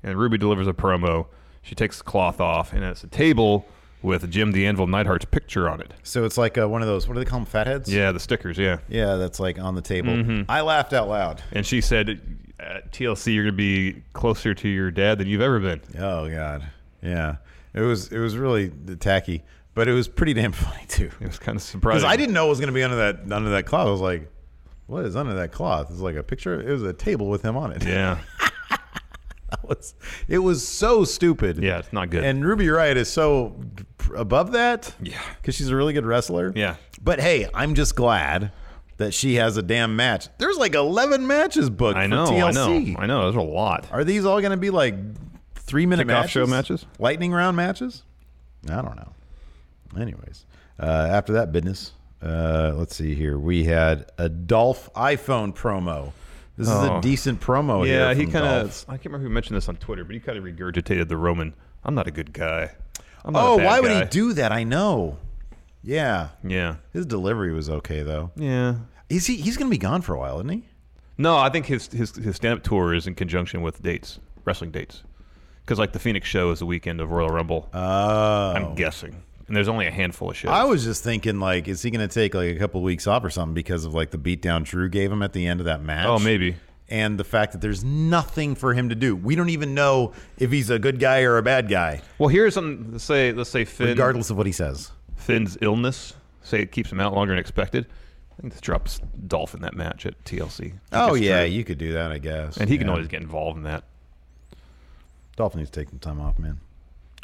Speaker 12: And Ruby delivers a promo. She takes the cloth off, and it's a table with Jim the Anvil Neidhart's picture on it.
Speaker 11: So it's like uh, one of those, what do they call them, fatheads?
Speaker 12: Yeah, the stickers, yeah.
Speaker 11: Yeah, that's like on the table.
Speaker 12: Mhm.
Speaker 11: I laughed out loud.
Speaker 12: And she said, uh, at TLC, you're going to be closer to your dad than you've ever been.
Speaker 11: Oh God, yeah. It was it was really tacky, but it was pretty damn funny too.
Speaker 12: It was kind of surprising.
Speaker 11: Because I didn't know it was going to be under that under that cloth. I was like, what is under that cloth? It's like a picture. It was a table with him on it.
Speaker 12: Yeah.
Speaker 11: that was it was so stupid.
Speaker 12: Yeah, it's not good.
Speaker 11: And Ruby Riot is so above that.
Speaker 12: Yeah.
Speaker 11: Because she's a really good wrestler.
Speaker 12: Yeah.
Speaker 11: But hey, I'm just glad that she has a damn match. There's like 11 matches booked
Speaker 12: I
Speaker 11: for
Speaker 12: know, I know,
Speaker 11: TLC.
Speaker 12: I know. There's a lot.
Speaker 11: Are these all going to be like three minute
Speaker 12: Kickoff
Speaker 11: matches?
Speaker 12: show matches?
Speaker 11: Lightning round matches? I don't know. Anyways, uh, after that business, uh, let's see here. We had a Dolph iPhone promo. This is a
Speaker 12: Oh.
Speaker 11: decent promo.
Speaker 12: Yeah,
Speaker 11: here
Speaker 12: he
Speaker 11: from
Speaker 12: kind
Speaker 11: Dolph.
Speaker 12: of. I can't remember who mentioned this on Twitter, but he kind of regurgitated the Roman. I'm not a good guy. I'm not a
Speaker 11: Oh,
Speaker 12: bad
Speaker 11: why would he
Speaker 12: guy."
Speaker 11: do that? I know. Yeah.
Speaker 12: Yeah.
Speaker 11: His delivery was okay though.
Speaker 12: Yeah.
Speaker 11: Is he? He's gonna be gone for a while, isn't he?
Speaker 12: No, I think his his his stand up tour is in conjunction with dates, wrestling dates, because like the Phoenix show is the weekend of Royal Rumble.
Speaker 11: Oh.
Speaker 12: I'm guessing, and there's only a handful of shows.
Speaker 11: I was just thinking, like, is he gonna take like a couple weeks off or something because of like the beatdown Drew gave him at the end of that match?
Speaker 12: Oh, maybe.
Speaker 11: And the fact that there's nothing for him to do. We don't even know if he's a good guy or a bad guy,
Speaker 12: well, here's something. Let's say let's say Finn.
Speaker 11: regardless of what he says.
Speaker 12: Finn's illness, say it keeps him out longer than expected. I think this drops Dolph in that match at TLC.
Speaker 11: Oh
Speaker 12: Against
Speaker 11: yeah,
Speaker 12: Drew.
Speaker 11: you could do that, I guess.
Speaker 12: and he can
Speaker 11: Yeah.
Speaker 12: always get involved in that.
Speaker 11: Dolph needs to take some time off, man.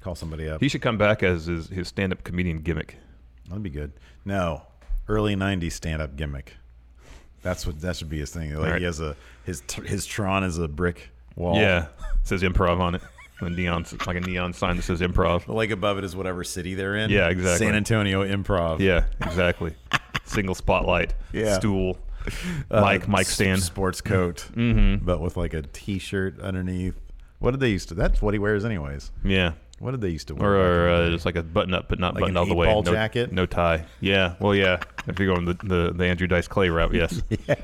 Speaker 11: Call somebody up.
Speaker 12: He should come back as his, his stand up comedian gimmick.
Speaker 11: That'd be good. No, early '90s stand-up gimmick. That's what that should be his thing. Like
Speaker 12: Alright.
Speaker 11: he has a his his Tron is a brick wall.
Speaker 12: Yeah, says improv on it. A neon, like a neon sign that says improv.
Speaker 11: Like above it is whatever city they're in.
Speaker 12: Yeah, exactly.
Speaker 11: San Antonio Improv.
Speaker 12: Yeah, exactly. Single spotlight.
Speaker 11: Yeah.
Speaker 12: Stool.
Speaker 11: Uh,
Speaker 12: Mike, Mike
Speaker 11: s-
Speaker 12: stand.
Speaker 11: sports coat,
Speaker 12: Mhm.
Speaker 11: but with like a T-shirt underneath. What did they used to? That's what he wears, anyways.
Speaker 12: Yeah.
Speaker 11: What did they used to wear?
Speaker 12: Or, or uh, just like a button up, but not
Speaker 11: Like
Speaker 12: buttoned
Speaker 11: an
Speaker 12: all the way.
Speaker 11: eight-ball
Speaker 12: no,
Speaker 11: jacket?
Speaker 12: No tie. Yeah. Well, yeah. If you're going the, the, the Andrew Dice Clay route, yes.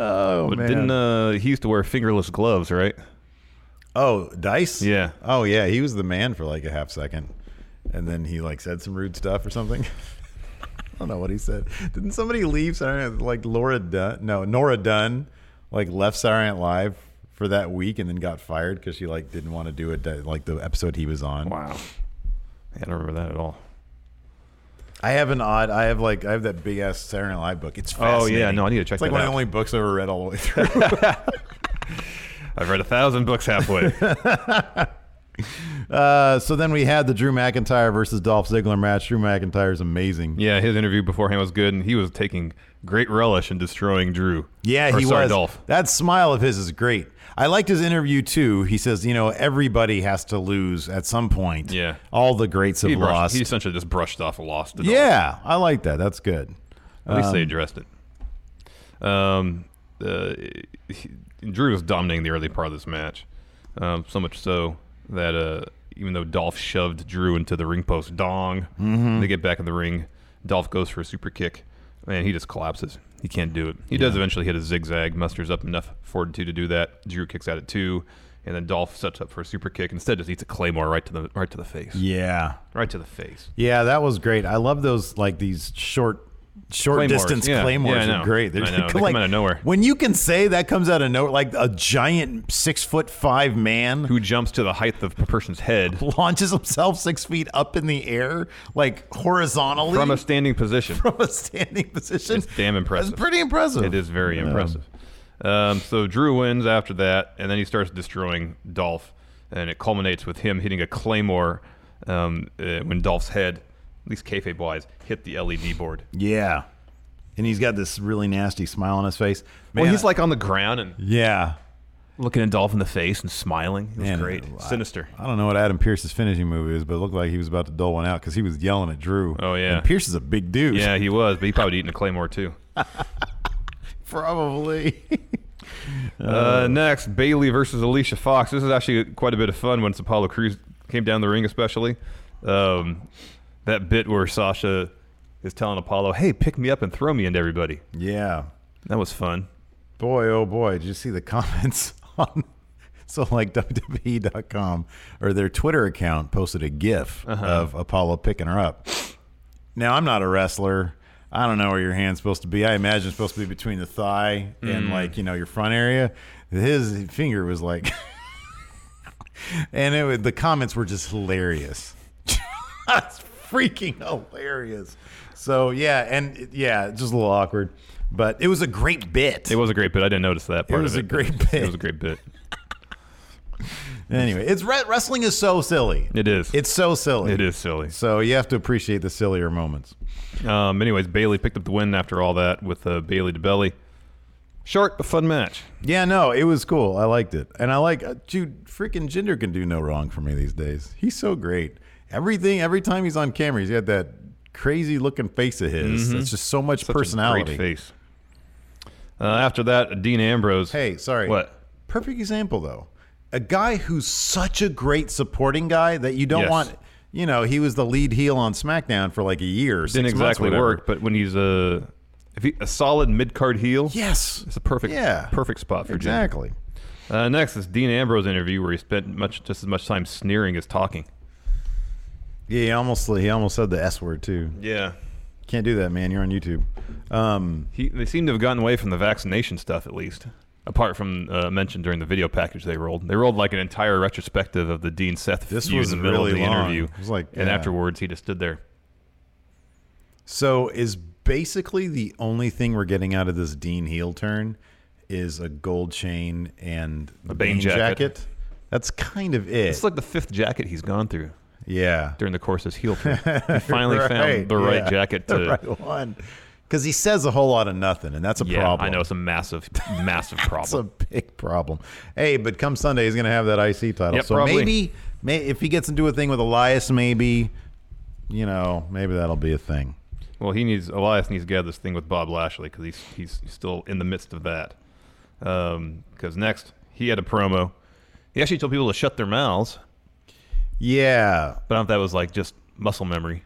Speaker 11: oh
Speaker 12: but
Speaker 11: man.
Speaker 12: didn't uh, he used to wear fingerless gloves, right?
Speaker 11: oh, Dice.
Speaker 12: Yeah.
Speaker 11: Oh yeah, he was the man for like a half second, and then he like said some rude stuff or something. I don't know what he said. Didn't somebody leave Saturday Night- like Laura Dunn? No, Nora Dunn like left Saturday Night Live for that week and then got fired because she like didn't want to do it that- like the episode he was on.
Speaker 12: Wow. I don't remember that at all.
Speaker 11: I have an odd. I have like I have that big ass Saturday Night Live book. It's
Speaker 12: Oh,
Speaker 11: fascinating.
Speaker 12: yeah, no, I need to check
Speaker 11: It's like
Speaker 12: that
Speaker 11: one of
Speaker 12: out.
Speaker 11: the only books I ever read all the way through.
Speaker 12: I've read a thousand books halfway.
Speaker 11: uh, so then we had the Drew McIntyre versus Dolph Ziggler match. Drew McIntyre is amazing.
Speaker 12: yeah, his interview beforehand was good, and he was taking great relish in destroying Drew.
Speaker 11: Yeah,
Speaker 12: Or,
Speaker 11: he
Speaker 12: sorry,
Speaker 11: was.
Speaker 12: Dolph.
Speaker 11: That smile of his is great. I liked his interview too. He says, you know, everybody has to lose at some point.
Speaker 12: Yeah.
Speaker 11: All the greats have
Speaker 12: He, brushed-
Speaker 11: lost.
Speaker 12: he essentially just brushed off a loss. to Dolph.
Speaker 11: yeah, I like that. That's good.
Speaker 12: At least they
Speaker 11: Um,
Speaker 12: addressed it. Um, uh, he- Drew was dominating the early part of this match, um, so much so that uh, even though Dolph shoved Drew into the ring post dong,
Speaker 11: Mhm.
Speaker 12: they get back in the ring Dolph goes for a super kick, and he just collapses. He can't do it. He does eventually hit a zigzag, musters up enough fortitude to do that. Drew kicks out at two, and then Dolph sets up for a super kick. Instead, just eats a claymore right to the right to the face.
Speaker 11: Yeah.
Speaker 12: right to the face.
Speaker 11: Yeah, that was great. I love those like these short, short
Speaker 12: Claymores,
Speaker 11: distance
Speaker 12: yeah.
Speaker 11: claymores.
Speaker 12: Yeah, I know.
Speaker 11: are great.
Speaker 12: I know. They come out of nowhere.
Speaker 11: When you can say that comes out of nowhere, like a giant six foot five man
Speaker 12: who jumps to the height of a person's head,
Speaker 11: launches himself six feet up in the air, like horizontally
Speaker 12: From a standing position.
Speaker 11: From a standing position.
Speaker 12: It's damn impressive.
Speaker 11: That's pretty impressive.
Speaker 12: It is very
Speaker 11: Yeah.
Speaker 12: impressive. Um, so Drew wins after that, and then he starts destroying Dolph, and it culminates with him hitting a claymore um, uh, when Dolph's head, at least kayfabe wise, hit the LED board.
Speaker 11: Yeah. And he's got this really nasty smile on his face.
Speaker 12: well, he's
Speaker 11: I-
Speaker 12: like on the ground and
Speaker 11: yeah,
Speaker 12: looking at Dolph in the face and smiling. It was
Speaker 11: Man,
Speaker 12: great, sinister.
Speaker 11: I don't know what Adam Pierce's finishing move is, but it looked like he was about to dole one out because he was yelling at Drew.
Speaker 12: Oh yeah,
Speaker 11: And Pierce is a big dude.
Speaker 12: Yeah, he was, but he probably eating a claymore too.
Speaker 11: Probably.
Speaker 12: Uh, next, Bailey versus Alicia Fox. This is actually quite a bit of fun once Apollo Cruz came down the ring, especially. Um, that bit where Sasha is telling Apollo, hey, pick me up and throw me into everybody.
Speaker 11: Yeah.
Speaker 12: That was fun.
Speaker 11: Boy, oh boy, did you see the comments on so like WWE.com or their Twitter account posted a gif
Speaker 12: Uh-huh.
Speaker 11: of Apollo picking her up. Now I'm not a wrestler. I don't know where your hand's supposed to be. I imagine it's supposed to be between the thigh and
Speaker 12: Mm.
Speaker 11: like, you know, your front area. His finger was like and it was, the comments were just hilarious. That's freaking hilarious. So yeah, and yeah, just a little awkward, but it was a great bit.
Speaker 12: It was a great bit. I didn't notice that part.
Speaker 11: was
Speaker 12: of
Speaker 11: a great
Speaker 12: It was a great bit.
Speaker 11: Anyway, it's re- wrestling is so silly.
Speaker 12: It is.
Speaker 11: It's so silly.
Speaker 12: It is silly.
Speaker 11: So you have to appreciate the sillier moments.
Speaker 12: Um, anyways, Bailey picked up the win after all that with uh, Bailey to Belly. Short but fun match.
Speaker 11: Yeah, no, it was cool. I liked it, and I like uh, dude. Freaking Jinder can do no wrong for me these days. He's so great. Everything, every time he's on camera, he's got that crazy looking face of his.
Speaker 12: Mhm.
Speaker 11: It's just so much
Speaker 12: Such a
Speaker 11: personality.
Speaker 12: Great face. Uh, after that, Dean Ambrose.
Speaker 11: Hey, sorry.
Speaker 12: What?
Speaker 11: Perfect example though. A guy who's such a great supporting guy that you don't
Speaker 12: Yes.
Speaker 11: want. You know, he was the lead heel on SmackDown for like a year. or
Speaker 12: didn't
Speaker 11: six months,
Speaker 12: exactly
Speaker 11: whatever.
Speaker 12: work, but when he's a if he, a solid mid card heel,
Speaker 11: yes,
Speaker 12: it's a perfect
Speaker 11: Yeah.
Speaker 12: perfect spot for Jinder.
Speaker 11: Exactly.
Speaker 12: Uh, next is Dean Ambrose interview where he spent much just as much time sneering as talking.
Speaker 11: Yeah, he almost he almost said the S word too.
Speaker 12: Yeah,
Speaker 11: can't do that, man. You're on YouTube. Um,
Speaker 12: he they seem to have gotten away from the vaccination stuff at least. Apart from uh, mentioned during the video package they rolled, they rolled like an entire retrospective of the Dean Seth
Speaker 11: This
Speaker 12: feud
Speaker 11: was
Speaker 12: in the middle
Speaker 11: really
Speaker 12: of the
Speaker 11: long.
Speaker 12: interview.
Speaker 11: It was like-
Speaker 12: and
Speaker 11: yeah.
Speaker 12: afterwards he just stood there.
Speaker 11: So is basically the only thing we're getting out of this Dean heel turn is a gold chain and
Speaker 12: A Bane jacket.
Speaker 11: That's kind of it.
Speaker 12: It's like the fifth jacket he's gone through.
Speaker 11: Yeah,
Speaker 12: during the course of his heel turn, he finally found the right
Speaker 11: yeah.
Speaker 12: jacket to
Speaker 11: the right one. Because he says a whole lot of nothing, and that's a
Speaker 12: Yeah,
Speaker 11: problem.
Speaker 12: I know it's a massive, massive
Speaker 11: It's a
Speaker 12: problem.
Speaker 11: big problem. Hey, but come Sunday, he's going to have that IC title.
Speaker 12: Yep,
Speaker 11: so
Speaker 12: probably.
Speaker 11: maybe, may, if he gets into a thing with Elias, maybe, you know, maybe that'll be a thing.
Speaker 12: well, he needs Elias needs to get out of this thing with Bob Lashley because he's he's still in the midst of that. Because next he had a promo. He actually told people to shut their mouths,
Speaker 11: Yeah.
Speaker 12: but I don't know if that was like just muscle memory.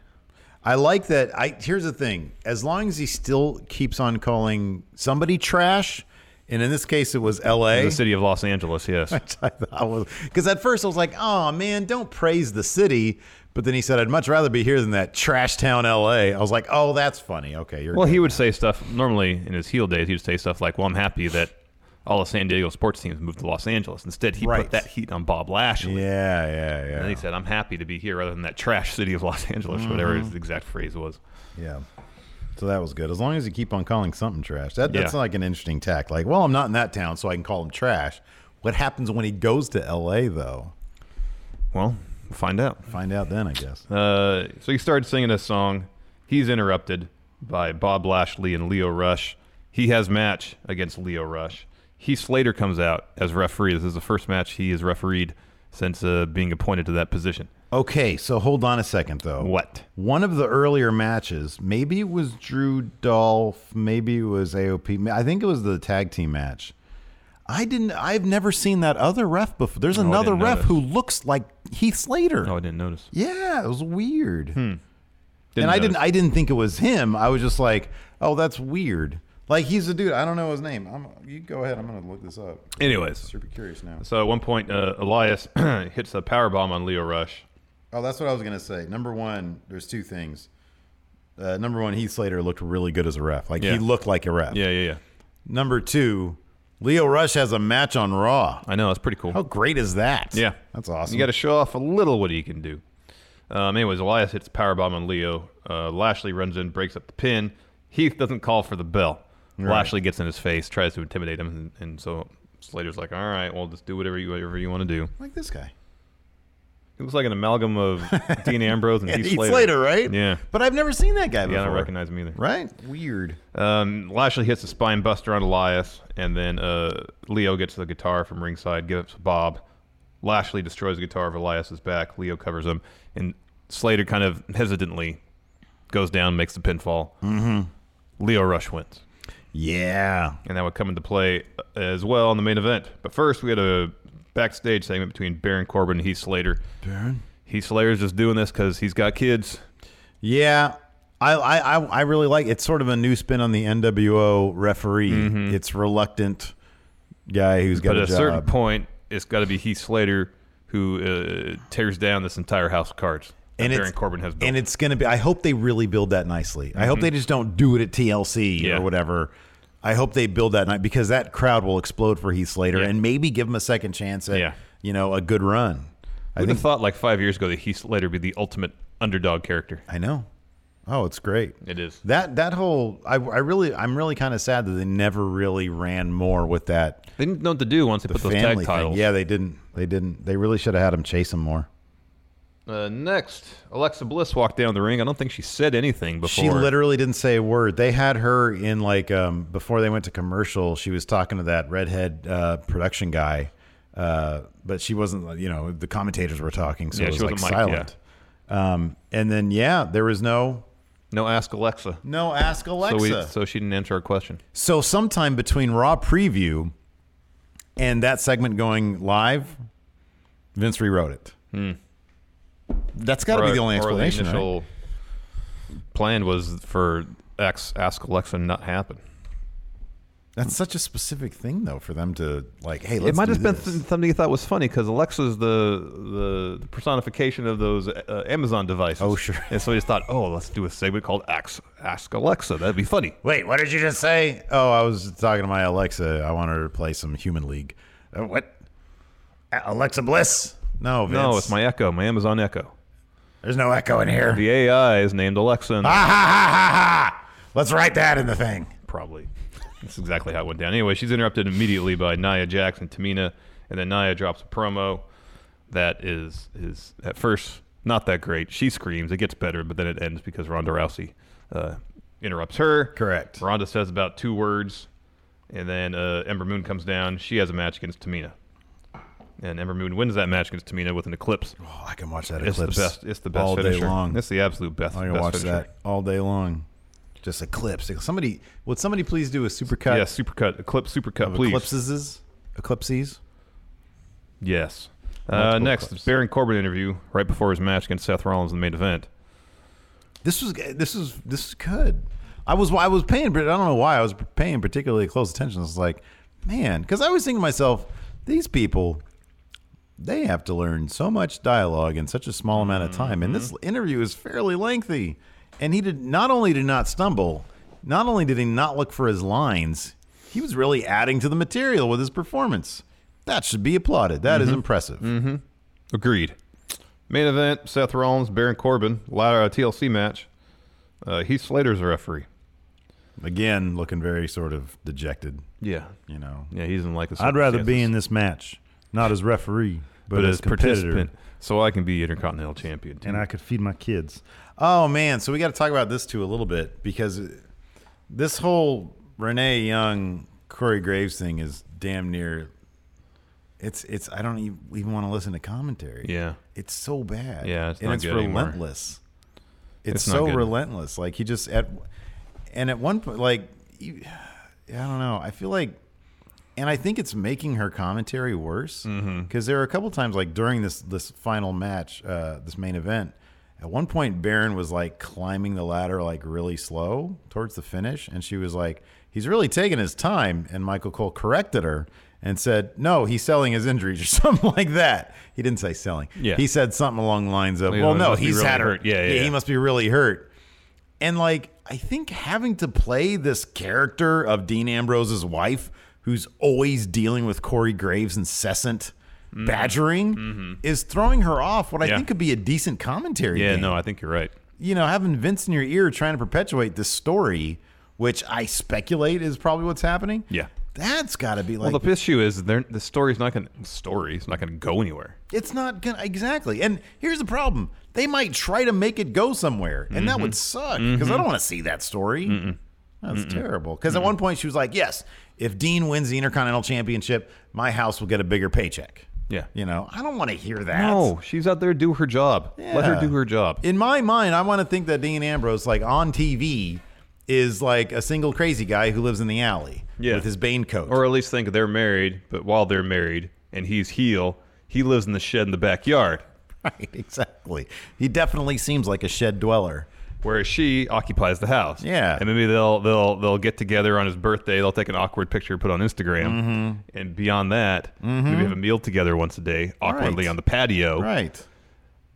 Speaker 11: I like that. I here's the thing: as long as he still keeps on calling somebody trash, and in this case, it was L.A.
Speaker 12: In the city of Los Angeles, yes.
Speaker 11: Which I thought was because at first I was like, "Oh man, don't praise the city," but then he said, "I'd much rather be here than that trash town L.A." I was like, "Oh, that's funny. Okay, you're
Speaker 12: Well,
Speaker 11: good."
Speaker 12: he would say stuff normally in his heel days. He would say stuff like, "Well, I'm happy that all of San Diego sports teams moved to Los Angeles." Instead, he
Speaker 11: Right.
Speaker 12: put that heat on Bob Lashley.
Speaker 11: Yeah, yeah, yeah.
Speaker 12: And then he said, "I'm happy to be here rather than that trash city of Los Angeles," or whatever
Speaker 11: Mhm.
Speaker 12: his exact phrase was.
Speaker 11: yeah." So that was good. As long as you keep on calling something trash, that, that's
Speaker 12: Yeah.
Speaker 11: like an interesting tack. Like, well, I'm not in that town, so I can call him trash. What happens when he goes to L.A. though?
Speaker 12: Well, we'll find out.
Speaker 11: Find out then, I guess.
Speaker 12: Uh, so he started singing a song. He's interrupted by Bob Lashley and Leo Rush. He has match against Leo Rush. Heath Slater comes out as referee. This is the first match he has refereed since uh, being appointed to that position.
Speaker 11: Okay, so hold on a second though.
Speaker 12: What?
Speaker 11: One of the earlier matches, maybe it was Drew Dolph, maybe it was AOP. I think it was the tag team match. I didn't I've never seen that other ref before. There's
Speaker 12: Oh, I
Speaker 11: another
Speaker 12: didn't
Speaker 11: ref
Speaker 12: notice.
Speaker 11: who looks like Heath Slater.
Speaker 12: Oh, I didn't notice.
Speaker 11: Yeah, it was weird. and I
Speaker 12: notice.
Speaker 11: didn't I didn't think it was him. I was just like, oh, that's weird. Like he's a dude. I don't know his name. I'm, you go ahead. I'm gonna look this up.
Speaker 12: Anyways.
Speaker 11: super curious now.
Speaker 12: So at one point, uh, Elias hits a power bomb on Leo Rush.
Speaker 11: Oh, that's what I was gonna say. Number one, there's two things. Uh, number one, Heath Slater looked really good as a ref. Like
Speaker 12: Yeah.
Speaker 11: he looked like a ref.
Speaker 12: Yeah, yeah, yeah.
Speaker 11: Number two, Leo Rush has a match on Raw.
Speaker 12: I know that's pretty cool.
Speaker 11: How great is that?
Speaker 12: Yeah,
Speaker 11: that's awesome.
Speaker 12: You got to show off a little what he can do. Um, anyways, Elias hits power bomb on Leo. Uh, Lashley runs in, breaks up the pin. Heath doesn't call for the bell.
Speaker 11: Right.
Speaker 12: Lashley gets in his face, tries to intimidate him, and, and so Slater's like, "All right, well, just do whatever you whatever you want to do."
Speaker 11: like this guy.
Speaker 12: It looks like an amalgam of Dean Ambrose and
Speaker 11: Yeah,
Speaker 12: Heath
Speaker 11: Heath
Speaker 12: Slater.
Speaker 11: Slater, right?
Speaker 12: Yeah,
Speaker 11: But I've never seen that guy
Speaker 12: yeah,
Speaker 11: before.
Speaker 12: I don't recognize him either.
Speaker 11: Right? Weird.
Speaker 12: Um, Lashley hits a spine buster on Elias, and then uh, Leo gets the guitar from ringside, gives it to Bob. Lashley destroys the guitar of Elias's back. Leo covers him, and Slater kind of hesitantly goes down, makes the pinfall.
Speaker 11: Mhm.
Speaker 12: Leo Rush wins.
Speaker 11: Yeah.
Speaker 12: And that would come into play as well in the main event. But first, we had a backstage segment between Baron Corbin and Heath Slater.
Speaker 11: Baron?
Speaker 12: Heath Slater's just doing this because he's got kids.
Speaker 11: Yeah. I, I, I I really like it's sort of a new spin on the NWO referee. It's reluctant guy who's got
Speaker 12: Mm-hmm. but at
Speaker 11: a,
Speaker 12: a
Speaker 11: job.
Speaker 12: certain point, it's got to be Heath Slater who uh, tears down this entire house of cards. that
Speaker 11: And
Speaker 12: Baron
Speaker 11: it's-
Speaker 12: Corbin has built.
Speaker 11: and it's gonna be. I hope they really build that nicely. I hope
Speaker 12: Mhm.
Speaker 11: they just don't do it at TLC
Speaker 12: Yeah.
Speaker 11: or whatever. I hope they build that night because that crowd will explode for Heath Slater and maybe give him a second chance at you know a good run.
Speaker 12: I would have thought like five years ago that Heath Slater would be the ultimate underdog character.
Speaker 11: I know. Oh, it's great.
Speaker 12: It is.
Speaker 11: That that whole I, I really I'm really kind of sad that they never really ran more with that.
Speaker 12: They didn't know what to do once they put those tag titles.
Speaker 11: Yeah, they didn't. They didn't. They really should have had him chase him more.
Speaker 12: Uh, next, Alexa Bliss walked down the ring. I don't think she said anything before.
Speaker 11: She literally didn't say a word. They had her in like um, before they went to commercial. She was talking to that redhead uh, production guy, uh, but she wasn't. like, You know, the commentators were talking, so
Speaker 12: Yeah,
Speaker 11: it was
Speaker 12: she
Speaker 11: like
Speaker 12: wasn't mic'd,
Speaker 11: silent. Um, and then yeah, there was no
Speaker 12: no ask Alexa.
Speaker 11: No ask Alexa.
Speaker 12: So, we, so she didn't answer our question.
Speaker 11: So sometime between Raw preview and that segment going live, Vince rewrote it. That's got to
Speaker 12: Hmm. Or-
Speaker 11: be the only
Speaker 12: or
Speaker 11: explanation.
Speaker 12: The
Speaker 11: right?
Speaker 12: initial plan was for X ask Alexa not happen.
Speaker 11: That's such a specific thing, though, for them to like. Hey, let's
Speaker 12: it might
Speaker 11: do
Speaker 12: have been
Speaker 11: this.
Speaker 12: th- something you thought was funny because Alexa's the, the the personification of those uh, Amazon devices. Oh
Speaker 11: sure.
Speaker 12: And so he just thought, oh, let's do a segment called Ask, Ask Alexa. That'd be funny.
Speaker 11: Wait, what did you just say? Oh, I was talking to my Alexa. I want her to play some Human League. Uh, what? A- Alexa Bliss? No, Vince.
Speaker 12: No, it's my Echo, my Amazon Echo.
Speaker 11: There's no Echo in here.
Speaker 12: The AI is named Alexa. And
Speaker 11: Let's write that in the thing.
Speaker 12: Probably. That's exactly how it went down. Anyway, she's interrupted immediately by Nia Jax and Tamina, and then Nia drops a promo that is is at first not that great. She screams, it gets better, but then it ends because Ronda Rousey uh, interrupts her.
Speaker 11: Correct.
Speaker 12: Ronda says about two words, and then uh, Ember Moon comes down. She has a match against Tamina, and Ember Moon wins that match against Tamina with an eclipse.
Speaker 11: Oh, I can watch that
Speaker 12: it's
Speaker 11: eclipse
Speaker 12: The best, it's the best
Speaker 11: all day
Speaker 12: finisher.
Speaker 11: long.
Speaker 12: It's the absolute best.
Speaker 11: I can
Speaker 12: best
Speaker 11: watch
Speaker 12: finisher.
Speaker 11: that all day long. Just eclipse. Somebody, would somebody please do a supercut?
Speaker 12: Yeah, supercut, eclipse, supercut,
Speaker 11: of
Speaker 12: please.
Speaker 11: Eclipses, eclipses.
Speaker 12: Yes. Uh,
Speaker 11: Multiple
Speaker 12: next, Baron Corbin interview right before his match against Seth Rollins in the main event.
Speaker 11: This was this is this is good. I was I was paying, but I don't know why I was paying particularly close attention. I was like, man, because I was thinking to myself, these people, they have to learn so much dialogue in such a small amount of time, and this
Speaker 12: Mm-hmm.
Speaker 11: interview is fairly lengthy. And he did not only did not stumble, not only did he not look for his lines, he was really adding to the material with his performance. That should be applauded. That is
Speaker 12: Mhm.
Speaker 11: impressive.
Speaker 12: Mm-hmm. Agreed. Main event: Seth Rollins, Baron Corbin, ladder uh, TLC match. Uh, Heath Slater's a referee.
Speaker 11: Again, looking very sort of dejected.
Speaker 12: Yeah,
Speaker 11: you know.
Speaker 12: Yeah, he's in like the.
Speaker 11: I'd rather
Speaker 12: circumstances.
Speaker 11: be in this match, not as referee, but, as, competitor,
Speaker 12: participant, so I can be Intercontinental Champion. too.
Speaker 11: and I could feed my kids. Oh man, so we got to talk about this too a little bit because this whole Renee Young, Corey Graves thing is damn near. It's it's I don't even, even want to listen to commentary.
Speaker 12: Yeah.
Speaker 11: it's so bad.
Speaker 12: Yeah, it's
Speaker 11: and
Speaker 12: not
Speaker 11: it's
Speaker 12: good anymore.
Speaker 11: relentless. It's,
Speaker 12: It's not
Speaker 11: so
Speaker 12: good.
Speaker 11: relentless. Like he just at and at one point, like you, I don't know. I feel like, and I think it's making her commentary
Speaker 12: Mm-hmm.
Speaker 11: worse because there are a couple times, like during this this final match, uh, this main event, At one point, Baron was like climbing the ladder like really slow towards the finish, and she was like, "He's really taking his time." And Michael Cole corrected her and said, "No, he's selling his injuries or something like that." He didn't say selling.
Speaker 12: Yeah.
Speaker 11: he said something along the lines of,
Speaker 12: Yeah,
Speaker 11: "Well,
Speaker 12: he
Speaker 11: no,
Speaker 12: must be
Speaker 11: he's
Speaker 12: really
Speaker 11: had her.
Speaker 12: hurt. Yeah, yeah,
Speaker 11: he
Speaker 12: yeah.
Speaker 11: must be really hurt." And like, I think having to play this character of Dean Ambrose's wife, who's always dealing with Corey Graves' incessant
Speaker 12: Mm-hmm.
Speaker 11: badgering, is throwing her off what I think could be a decent commentary.
Speaker 12: Yeah,
Speaker 11: game.
Speaker 12: no, I think you're right.
Speaker 11: You know, having Vince in your ear trying to perpetuate this story, which I speculate is probably what's happening.
Speaker 12: Yeah.
Speaker 11: That's got to be like
Speaker 12: well, the issue is they're- the story's not going. Story's not going to go anywhere.
Speaker 11: It's not gonna exactly. And here's the problem: they might try to make it go somewhere, and that would suck because I
Speaker 12: Mhm.
Speaker 11: don't want to see that story. That's
Speaker 12: Mm-mm.
Speaker 11: terrible. Because at one point she was like, "Yes, if Dean wins the Intercontinental Championship, my house will get a bigger paycheck."
Speaker 12: Yeah.
Speaker 11: You know, I don't want to hear that.
Speaker 12: No, she's out there do her job. Let her
Speaker 11: Yeah.
Speaker 12: do her job.
Speaker 11: In my mind, I want to think that Dean Ambrose, like on TV, is like a single crazy guy who lives in the alley.
Speaker 12: Yeah. With
Speaker 11: his Bane coat.
Speaker 12: Or at least think they're married, but while they're married and he's heel, he lives in the shed in the backyard.
Speaker 11: Right, exactly. He definitely seems like a shed dweller.
Speaker 12: Whereas she occupies the house.
Speaker 11: Yeah.
Speaker 12: And maybe they'll they'll they'll get together on his birthday, they'll take an awkward picture, put on Instagram.
Speaker 11: Mhm.
Speaker 12: And beyond that,
Speaker 11: Mhm.
Speaker 12: maybe have a meal together once a day, awkwardly
Speaker 11: Right.
Speaker 12: on the patio.
Speaker 11: Right.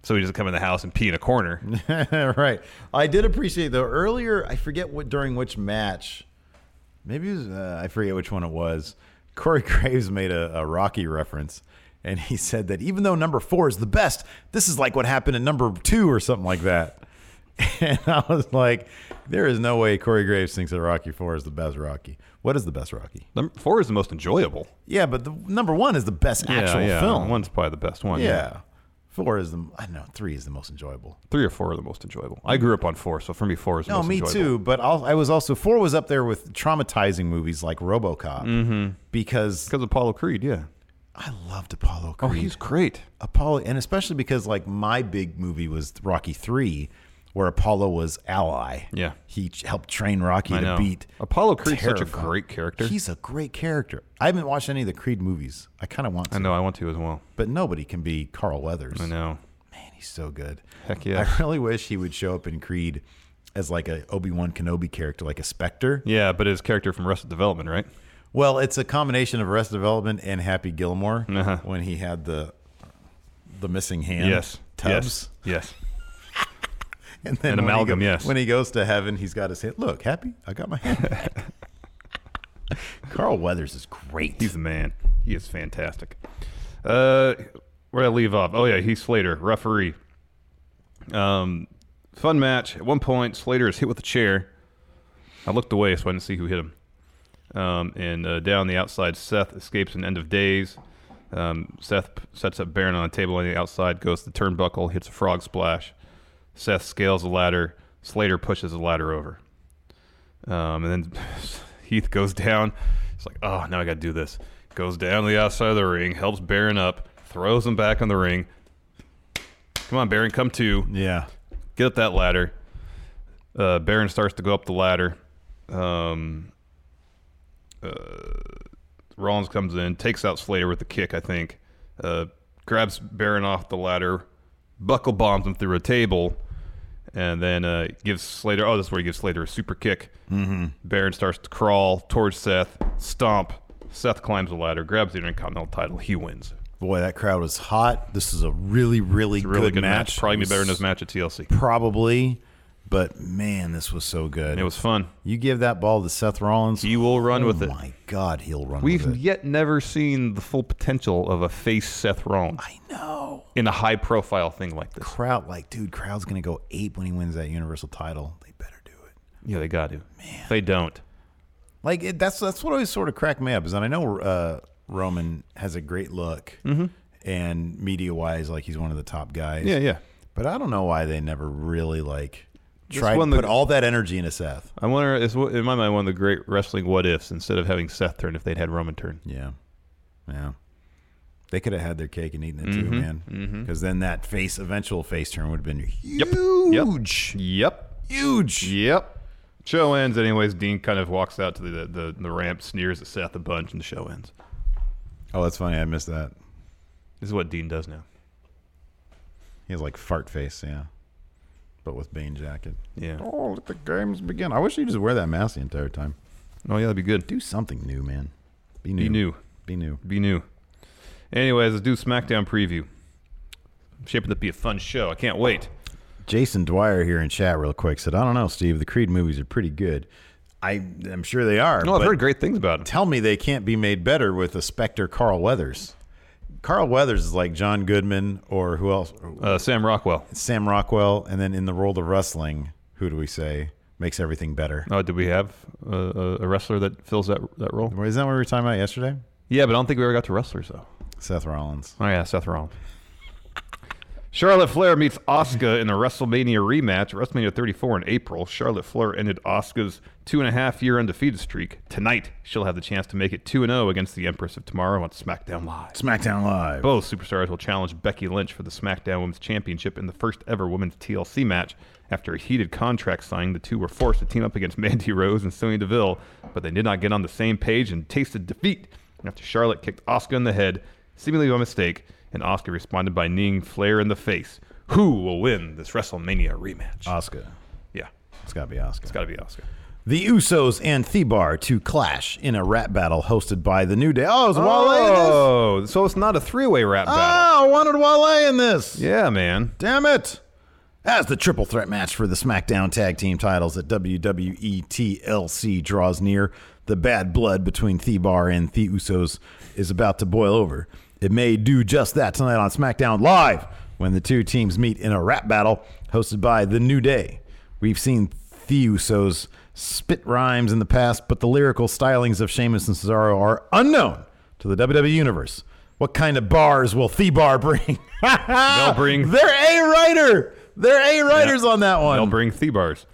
Speaker 12: So he doesn't come in the house and pee in a corner.
Speaker 11: right. I did appreciate though earlier. I forget what during which match. Maybe it was, uh, I forget which one it was. Corey Graves made a, a Rocky reference, and he said that even though number four is the best, this is like what happened at number two or something like that. And I was like, there is no way Corey Graves thinks that Rocky Four is the best Rocky. What is the best Rocky?
Speaker 12: Number four is the most enjoyable.
Speaker 11: Yeah, but the number one is the best
Speaker 12: Yeah,
Speaker 11: actual
Speaker 12: yeah.
Speaker 11: film.
Speaker 12: One's probably the best one.
Speaker 11: Yeah.
Speaker 12: Yeah.
Speaker 11: Four is the I know three is the most enjoyable.
Speaker 12: Three or four are the most enjoyable. I grew up on four, so for me four is the
Speaker 11: No,
Speaker 12: most
Speaker 11: me
Speaker 12: enjoyable.
Speaker 11: too. But I'll, I was also four was up there with traumatizing movies like RoboCop
Speaker 12: Mhm.
Speaker 11: because
Speaker 12: because Apollo Creed. Yeah,
Speaker 11: I loved Apollo Creed.
Speaker 12: Oh, he's great.
Speaker 11: Apollo, and especially because like my big movie was Rocky Three, where Apollo was ally.
Speaker 12: Yeah.
Speaker 11: he ch- helped train Rocky
Speaker 12: I
Speaker 11: to
Speaker 12: know.
Speaker 11: beat
Speaker 12: Apollo Creed's such a
Speaker 11: Terrifying.
Speaker 12: great character.
Speaker 11: He's a great character. I haven't watched any of the Creed movies. I kind of want to.
Speaker 12: I know I want to as well.
Speaker 11: But nobody can be Carl Weathers.
Speaker 12: I know.
Speaker 11: Man, he's so good.
Speaker 12: Heck yeah.
Speaker 11: I really wish he would show up in Creed as like a Obi Wan Kenobi character, like a Spectre.
Speaker 12: Yeah, but his character from Arrested Development, right?
Speaker 11: Well, it's a combination of Arrested Development and Happy Gilmore when he had the the missing hand.
Speaker 12: Uh-huh. Yes.
Speaker 11: Tubbs.
Speaker 12: Yes.
Speaker 11: And then
Speaker 12: An
Speaker 11: when he
Speaker 12: amalgam,
Speaker 11: go-
Speaker 12: yes.
Speaker 11: When he goes to heaven, he's got his hand. Look, Happy, I got my hand. back." Carl Weathers is great.
Speaker 12: He's the man. He is fantastic. Uh, where I leave off? Oh yeah, he's Slater, referee. Um, fun match. At one point, Slater is hit with a chair. I looked away, so I didn't see who hit him. Um, and uh, down the outside, Seth escapes an end of days. Um, Seth p- sets up Baron on a table on the outside, goes to the turnbuckle, hits a frog splash. Seth scales the ladder. Slater pushes the ladder over. Um, and then Heath goes down. It's like, oh, now I got to do this. Goes down to the outside of the ring, helps Baron up, throws him back on the ring. Come on, Baron, come to.
Speaker 11: Yeah.
Speaker 12: Get up that ladder. Uh, Baron starts to go up the ladder. Um, uh, Rollins comes in, takes out Slater with a kick, I think. Uh, grabs Baron off the ladder, buckle bombs him through a table, and then uh, gives Slater. Oh, this is where he gives Slater a super kick.
Speaker 11: Mhm.
Speaker 12: Baron starts to crawl towards Seth, stomp. Seth climbs the ladder, grabs the Intercontinental title. He wins.
Speaker 11: Boy, that crowd was hot. This is a really, really,
Speaker 12: It's a really
Speaker 11: good, match.
Speaker 12: Probably gonna
Speaker 11: It
Speaker 12: be better than
Speaker 11: was-
Speaker 12: his match at TLC.
Speaker 11: Probably. But man, this was so good. It
Speaker 12: was fun.
Speaker 11: You give that ball to Seth Rollins. He
Speaker 12: will run with it.
Speaker 11: My God, he'll run
Speaker 12: We've
Speaker 11: with it.
Speaker 12: yet never seen the full potential of a face Seth Rollins. I
Speaker 11: know.
Speaker 12: In a high profile thing like this.
Speaker 11: Crowd like, dude, crowd's gonna go ape when he wins that universal title. They better
Speaker 12: Yeah, they got to. Man. They don't.
Speaker 11: like it, that's that's what always sort of cracked me up is that I know uh, Roman has a great look
Speaker 12: Mhm.
Speaker 11: and media wise, like he's one of the top guys.
Speaker 12: Yeah, yeah.
Speaker 11: But I don't know why they never really like
Speaker 12: Just
Speaker 11: tried to
Speaker 12: one that-
Speaker 11: put all that energy into Seth.
Speaker 12: I wonder, it's what- in my mind, one of the great wrestling what ifs instead of having Seth turn if they'd had Roman turn.
Speaker 11: Yeah. Yeah. They could have had their cake and eaten it
Speaker 12: Mhm,
Speaker 11: too, man. Because then that face, eventual face turn would have been
Speaker 12: Huge. Yep.
Speaker 11: Huge.
Speaker 12: Yep. Show ends, anyways. Dean kind of walks out to the, the, the ramp, sneers at Seth a bunch, and the show ends.
Speaker 11: Oh, that's funny. I missed that.
Speaker 12: This is what Dean does now.
Speaker 11: He has like fart face. Yeah. but with Bane jacket.
Speaker 12: Yeah.
Speaker 11: Oh, let the games begin. I wish you just wear that mask the entire time.
Speaker 12: Oh yeah, that'd be good.
Speaker 11: Do something new, man. Be new.
Speaker 12: Be new.
Speaker 11: Be new.
Speaker 12: Be new. Anyways, let's do SmackDown preview. I'm shaping to be a fun show. I can't wait.
Speaker 11: Jason Dwyer here in chat, real quick, said, "I don't know, Steve. The Creed movies are pretty good. I am sure they are.
Speaker 12: No, I've
Speaker 11: but
Speaker 12: heard great things about them.
Speaker 11: Tell me they can't be made better with a Spectre Carl Weathers. Carl Weathers is like John Goodman or who else?
Speaker 12: Uh, Sam Rockwell.
Speaker 11: Sam Rockwell, and then in the world of wrestling, who do we say makes everything better?
Speaker 12: Oh, did we have a, a wrestler that fills that that role?
Speaker 11: Isn't that what we were talking about yesterday?
Speaker 12: Yeah, but I don't think we ever got to wrestlers though.
Speaker 11: Seth Rollins.
Speaker 12: Oh yeah, Seth Rollins. Charlotte Flair meets Oscar in a WrestleMania rematch. WrestleMania 34 in April. Charlotte Flair ended Oscar's two and a half year undefeated streak. Tonight, she'll have the chance to make it 2 0 against the Empress of Tomorrow on SmackDown Live.
Speaker 11: SmackDown Live.
Speaker 12: Both superstars will challenge Becky Lynch for the SmackDown Women's Championship in the first ever women's TLC match. After a heated contract signing, the two were forced to team up against Mandy Rose and Sonya Deville, but they did not get on the same page and tasted defeat after Charlotte kicked Oscar in the head, seemingly by mistake and Oscar responded by kneeing Flair in the face. Who will win this WrestleMania rematch?
Speaker 11: Oscar.
Speaker 12: Yeah,
Speaker 11: it's got to be Oscar.
Speaker 12: It's got to be Oscar.
Speaker 11: The Usos and Thebar to clash in a rap battle hosted by the New Day. Oh, is Wale
Speaker 12: in this? so it's not a three-way rap
Speaker 11: oh,
Speaker 12: Oh, battle.
Speaker 11: I wanted Wale in this.
Speaker 12: Yeah, man.
Speaker 11: Damn it. As the triple threat match for the SmackDown Tag Team titles at WWE TLC draws near, the bad blood between Thebar and The Usos is about to boil over. It may do just that tonight on SmackDown Live when the two teams meet in a rap battle hosted by The New Day. We've seen The Usos spit rhymes in the past, but the lyrical stylings of Sheamus and Cesaro are unknown to the WWE Universe. What kind of bars will The Bar bring?
Speaker 12: They'll bring.
Speaker 11: They're A writer. They're A writers yeah. on that one.
Speaker 12: They'll bring The Bars.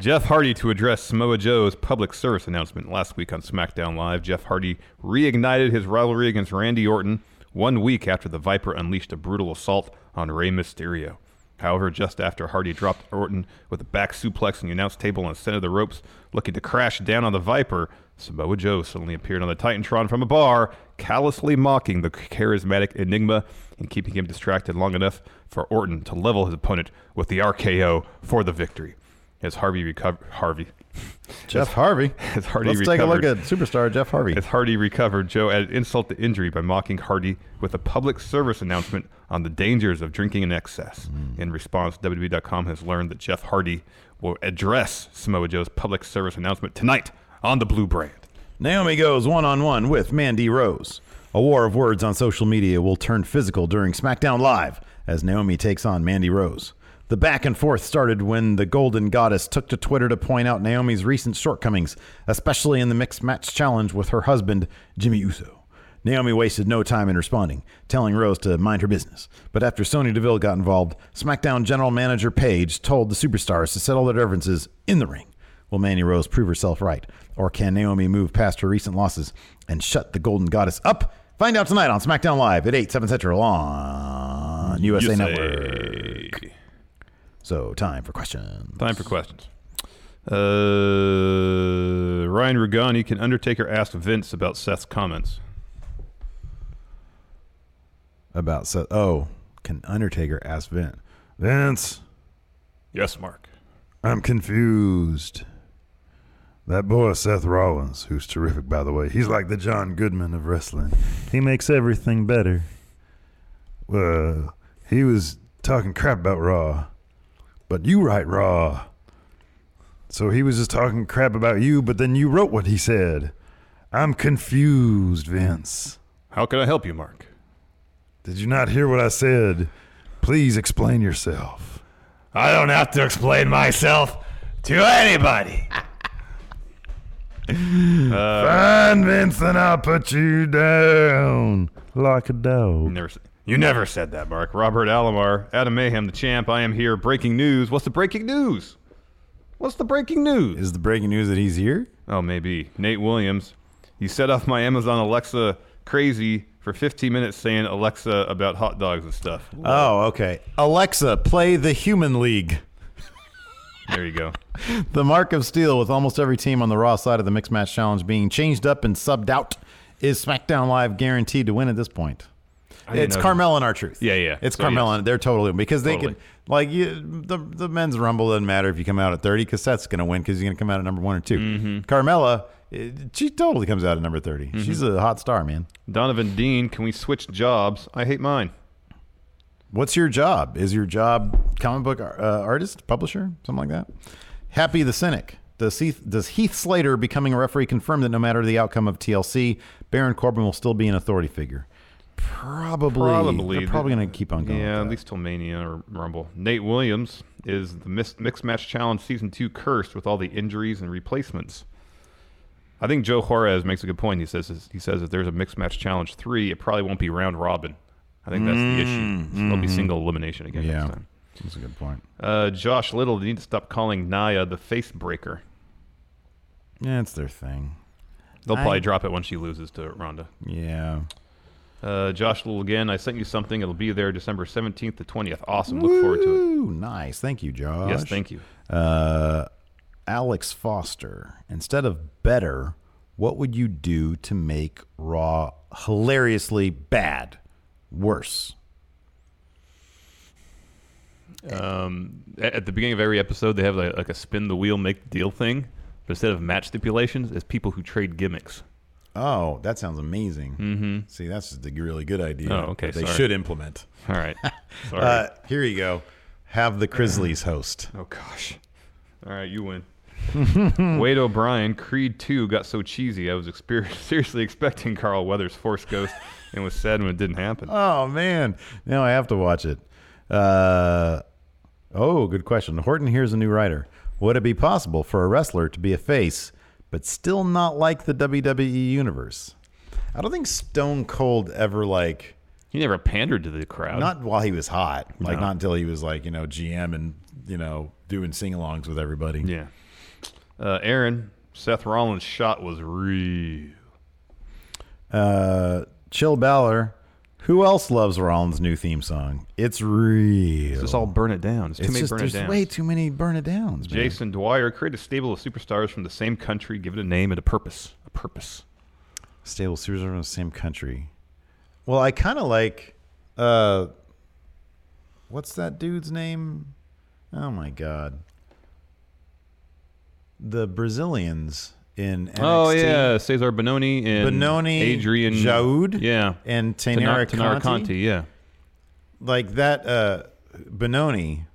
Speaker 12: Jeff Hardy to address Samoa Joe's public service announcement last week on SmackDown Live. Jeff Hardy reignited his rivalry against Randy Orton one week after the Viper unleashed a brutal assault on Rey Mysterio. However, just after Hardy dropped Orton with a back suplex on the announce table and sent of the ropes, looking to crash down on the Viper, Samoa Joe suddenly appeared on the Titantron from a bar, callously mocking the charismatic Enigma and keeping him distracted long enough for Orton to level his opponent with the RKO for the victory. As Harvey recovered, Harvey.
Speaker 11: Jeff as, Harvey.
Speaker 12: As Hardy
Speaker 11: Let's
Speaker 12: recovered,
Speaker 11: take a look at superstar Jeff Harvey.
Speaker 12: As Hardy recovered, Joe added insult to injury by mocking Hardy with a public service announcement on the dangers of drinking in excess. Mm. In response, WWE.com has learned that Jeff Hardy will address Samoa Joe's public service announcement tonight on the Blue Brand.
Speaker 11: Naomi goes one on one with Mandy Rose. A war of words on social media will turn physical during SmackDown Live as Naomi takes on Mandy Rose. The back and forth started when the Golden Goddess took to Twitter to point out Naomi's recent shortcomings, especially in the mixed match challenge with her husband, Jimmy Uso. Naomi wasted no time in responding, telling Rose to mind her business. But after Sonya Deville got involved, SmackDown general manager Paige told the superstars to settle their differences in the ring. Will Mandy Rose prove herself right? Or can Naomi move past her recent losses and shut the Golden Goddess up? Find out tonight on SmackDown Live at 8, 7 Central on USA, USA. Network. So time for questions.
Speaker 12: Time for questions. Uh, Ryan Rugani, can Undertaker ask Vince about Seth's comments?
Speaker 11: About Seth? Oh, can Undertaker ask Vince? Vince.
Speaker 12: Yes, Mark.
Speaker 16: I'm confused. That boy Seth Rollins, who's terrific by the way, he's like the John Goodman of wrestling. He makes everything better. Well, uh, he was talking crap about Raw but you write raw. So he was just talking crap about you, but then you wrote what he said. I'm confused, Vince.
Speaker 12: How can I help you, Mark?
Speaker 16: Did you not hear what I said? Please explain yourself.
Speaker 14: I don't have to explain myself to anybody.
Speaker 16: uh, Fine, Vince, then I'll put you down like a dog.
Speaker 12: Never you never said that, Mark. Robert Alomar, Adam Mayhem, the champ. I am here. Breaking news. What's the breaking news? What's the breaking news?
Speaker 11: Is the breaking news that he's here?
Speaker 12: Oh, maybe. Nate Williams. You set off my Amazon Alexa crazy for 15 minutes saying Alexa about hot dogs and stuff.
Speaker 11: Ooh. Oh, okay. Alexa, play the Human League.
Speaker 12: There you go.
Speaker 11: the Mark of Steel, with almost every team on the Raw side of the Mixed Match Challenge being changed up and subbed out, is SmackDown Live guaranteed to win at this point?
Speaker 12: didn't
Speaker 11: it's
Speaker 12: know.
Speaker 11: Carmel and our truth.
Speaker 12: Yeah, yeah.
Speaker 11: It's
Speaker 12: So,
Speaker 11: Carmel
Speaker 12: yes.
Speaker 11: and they're totally because they
Speaker 12: Totally.
Speaker 11: can like you, the the men's rumble doesn't matter if you come out at thirty because Seth's going to win because he's going to come out at number one or 2
Speaker 12: Mm-hmm.
Speaker 11: Carmella, eh, she totally comes out at number 30 She's a hot star, man.
Speaker 12: Donovan Dean, can we switch jobs? I hate mine.
Speaker 11: What's your job? Is your job comic book ar- uh, artist, publisher, something like that? Happy the Cynic. Does Heath, does Heath Slater becoming a referee confirm that no matter the outcome of TLC, Baron Corbin will still be an authority figure? Probably.
Speaker 12: Probably.
Speaker 11: They're probably going to keep on going.
Speaker 12: Yeah, at least till Mania or Rumble. Nate Williams is the mis- Mixed Match Challenge Season 2 cursed with all the injuries and replacements. I think Joe Juarez makes a good point. He says he says if there's a Mixed Match Challenge 3, it probably won't be round robin. I think that's the issue.
Speaker 11: Mm,
Speaker 12: So It'll be
Speaker 11: mhm.
Speaker 12: single elimination again
Speaker 11: Yeah.
Speaker 12: next time.
Speaker 11: That's a good point.
Speaker 12: Uh, Josh Little, they need to stop calling Naya the face breaker.
Speaker 11: Yeah, it's their thing.
Speaker 12: They'll
Speaker 11: I-
Speaker 12: probably drop it when she loses to Ronda.
Speaker 11: Yeah.
Speaker 12: Uh, Josh Little again, I sent you something. It'll be there December 17th to 20th. Awesome. Look forward to it.
Speaker 11: Ooh, nice. Thank you, Josh.
Speaker 12: Yes, thank you.
Speaker 11: Uh, Alex Foster, instead of better, what would you do to make Raw hilariously bad, worse?
Speaker 12: um, at, at the beginning of every episode, they have like, like a spin the wheel, make the deal thing. But instead of match stipulations, it's people who trade gimmicks.
Speaker 11: Oh, that sounds amazing. Mm-hmm. See, that's just a really good idea.
Speaker 12: Oh, okay,
Speaker 11: that They
Speaker 12: sorry.
Speaker 11: should implement.
Speaker 12: All right. Sorry.
Speaker 11: Uh, here you go. Have the Grizzlies host.
Speaker 12: Oh gosh. All right, you win. Wade O'Brien, Creed 2 got so cheesy. I was exper- seriously expecting Carl Weathers' Force Ghost and was sad when it didn't happen.
Speaker 11: Oh man, now I have to watch it. Uh, oh, good question. Horton here's a new writer. Would it be possible for a wrestler to be a face but still not like the WWE universe? I don't think Stone Cold ever like.
Speaker 12: He never pandered to the crowd.
Speaker 11: Not while he was hot. Like
Speaker 12: No.
Speaker 11: not until he was like you know GM and you know doing sing-alongs with everybody.
Speaker 12: Yeah. Uh, Aaron, Seth Rollins' shot was real.
Speaker 11: Uh, Chill Balor. Who else loves Rollins' new theme song? It's real.
Speaker 12: It's just all burn it down. It's too many burn it
Speaker 11: there's
Speaker 12: downs.
Speaker 11: way too many burn it downs. man.
Speaker 12: Jason Dwyer, create a stable of superstars from the same country, give it a name and a purpose. A purpose.
Speaker 11: stable supers are from the same country. Well, I kind of like, uh, what's that dude's name? Oh my god, the Brazilians in NXT.
Speaker 12: Oh yeah, Cesar Bononi and
Speaker 11: Bononi,
Speaker 12: Adrian
Speaker 11: Jaud,
Speaker 12: yeah,
Speaker 11: and
Speaker 12: Tana-
Speaker 11: Tenara
Speaker 12: Tenara
Speaker 11: Conti.
Speaker 12: yeah.
Speaker 11: like that uh Benoni,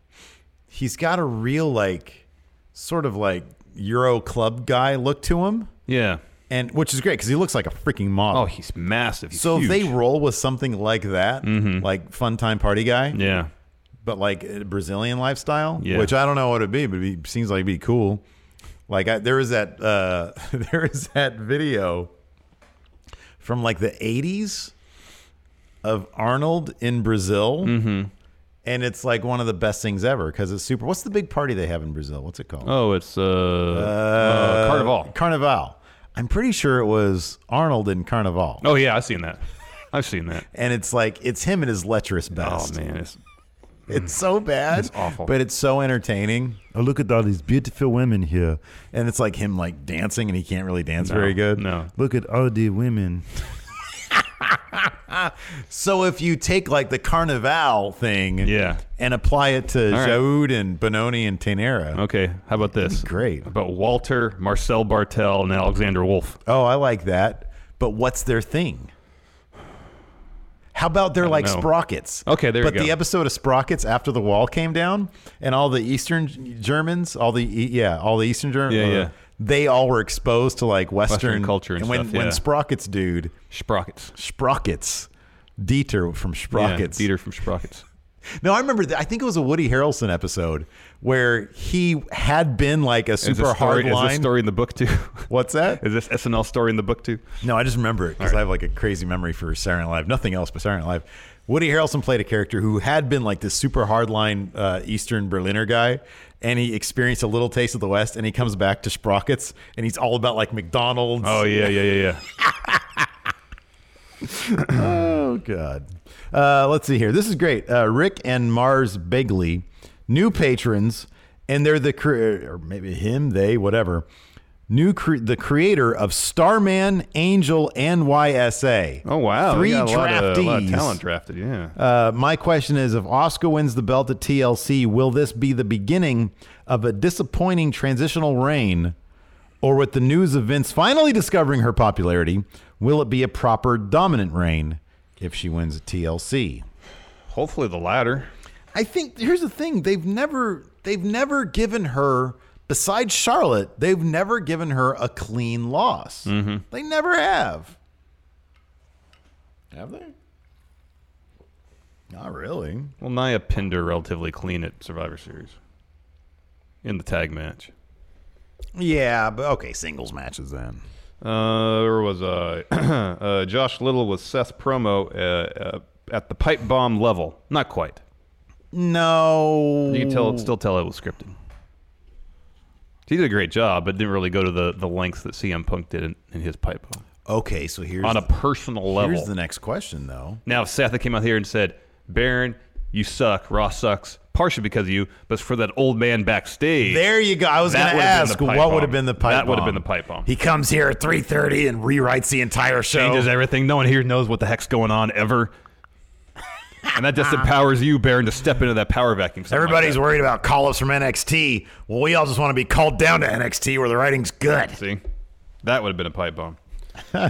Speaker 11: he's got a real like sort of like Euro club guy look to him.
Speaker 12: Yeah.
Speaker 11: And which is great because he looks like a freaking model.
Speaker 12: Oh, he's massive. He's
Speaker 11: so
Speaker 12: huge. Mm-hmm.
Speaker 11: if they roll with something like that, like fun time party guy,
Speaker 12: yeah,
Speaker 11: but like uh, Brazilian lifestyle,
Speaker 12: Yeah.
Speaker 11: which I don't know what it'd be, but it seems like it'd be cool. Like I, there is that uh, there is that video from like the '80s of Arnold in Brazil,
Speaker 12: Mm-hmm.
Speaker 11: and it's like one of the best things ever because it's super. What's the big party they have in Brazil? What's it called?
Speaker 12: Oh, it's uh, uh, Carnival.
Speaker 11: Carnival. I'm pretty sure it was Arnold in Carnival.
Speaker 12: Oh yeah, I've seen that. I've seen that.
Speaker 11: and it's like it's him at his lecherous best.
Speaker 12: Oh man, it's
Speaker 11: it's so bad.
Speaker 12: It's awful.
Speaker 11: but it's so entertaining. Oh, look at all these beautiful women here, and it's like him like dancing, and he can't really dance
Speaker 16: No,
Speaker 11: very good.
Speaker 12: no.
Speaker 11: look at all the women. so if you take like the carnival thing,
Speaker 12: Yeah.
Speaker 11: and apply it to
Speaker 12: All right.
Speaker 11: Jaoud and Benoni and Tenera.
Speaker 12: Okay, how about this?
Speaker 11: Great.
Speaker 12: About Walter, Marcel Bartel, and Alexander Wolf.
Speaker 11: Oh, I like that. But what's their thing? How about they're
Speaker 12: don't
Speaker 11: like
Speaker 12: know.
Speaker 11: sprockets?
Speaker 12: Okay, there you
Speaker 11: but
Speaker 12: go.
Speaker 11: the episode of Sprockets after the wall came down, and all the Eastern Germans, all the E, yeah, all the Eastern Germans,
Speaker 12: Yeah, yeah.
Speaker 11: they all were exposed to like Western,
Speaker 12: Western culture and
Speaker 11: when
Speaker 12: stuff,
Speaker 11: when
Speaker 12: yeah.
Speaker 11: Sprockets dude,
Speaker 12: Sprockets,
Speaker 11: Sprockets, Dieter from Sprockets,
Speaker 12: Yeah, Dieter from Sprockets.
Speaker 11: no, I remember. That, I think it was a Woody Harrelson episode where he had been like a
Speaker 12: Is this story-
Speaker 11: super hard line.
Speaker 12: Is this story in the book too?
Speaker 11: What's that?
Speaker 12: Is this SNL story in the book too?
Speaker 11: No, I just remember it because I have like a crazy memory for Saturday Night Live. Nothing else but Saturday Night Live. Woody Harrelson played a character who had been like this super hardline uh, Eastern Berliner guy, and he experienced a little taste of the West, and he comes back to Sprockets, and he's all about like McDonald's.
Speaker 12: Oh yeah, yeah, yeah, yeah.
Speaker 11: oh god. Uh, let's see here. This is great. Uh, Rick and Mars Begley, new patrons, and they're the cre- or maybe him, they, whatever. New cre- the creator of Starman, Angel, and YSA.
Speaker 12: Oh wow,
Speaker 11: three
Speaker 12: We got a lot of-
Speaker 11: draftees.
Speaker 12: a lot of talent drafted. Yeah.
Speaker 11: Uh, my question is if Oscar wins the belt at TLC, will this be the beginning of a disappointing transitional reign? Or with the news of Vince finally discovering her popularity, will it be a proper dominant reign if she wins at TLC?
Speaker 12: Hopefully the latter.
Speaker 11: I think here's the thing, they've never they've never given her besides Charlotte, they've never given her a clean loss.
Speaker 12: Mm-hmm.
Speaker 11: They never have. Have they? Not really.
Speaker 12: Well, Nia pinned her relatively clean at Survivor Series in the tag match.
Speaker 11: Yeah, but okay, singles matches then.
Speaker 12: Uh, there was uh, uh, Josh Little with Seth promo uh, uh, at the pipe bomb level. Not quite.
Speaker 11: No.
Speaker 12: You can tell, still tell it was scripted. He did a great job, but didn't really go to the, the lengths that CM Punk did in, in his pipe bomb.
Speaker 11: Okay, so here's
Speaker 12: on a personal level.
Speaker 11: Here's the next question, though.
Speaker 12: Now, if Seth came out here and said, Baron, you suck. Ross sucks. Partially because of you, but for that old man backstage.
Speaker 11: There you go. I was
Speaker 12: that
Speaker 11: going to
Speaker 12: would've been
Speaker 11: ask,
Speaker 12: the pipe
Speaker 11: what would have
Speaker 12: bomb.
Speaker 11: been the pipe?
Speaker 12: That would have
Speaker 11: bomb?
Speaker 12: been the pipe bomb.
Speaker 14: He comes here at 3:30 and rewrites the entire show.
Speaker 12: Changes everything. No one here knows what the heck's going on ever. And that disempowers you, Baron, to step into that power vacuum. something like
Speaker 14: Everybody's
Speaker 12: that.
Speaker 14: worried about call-ups from NXT. Well, we all just want to be called down to NXT where the writing's good.
Speaker 12: See, that would have been a pipe bomb. uh,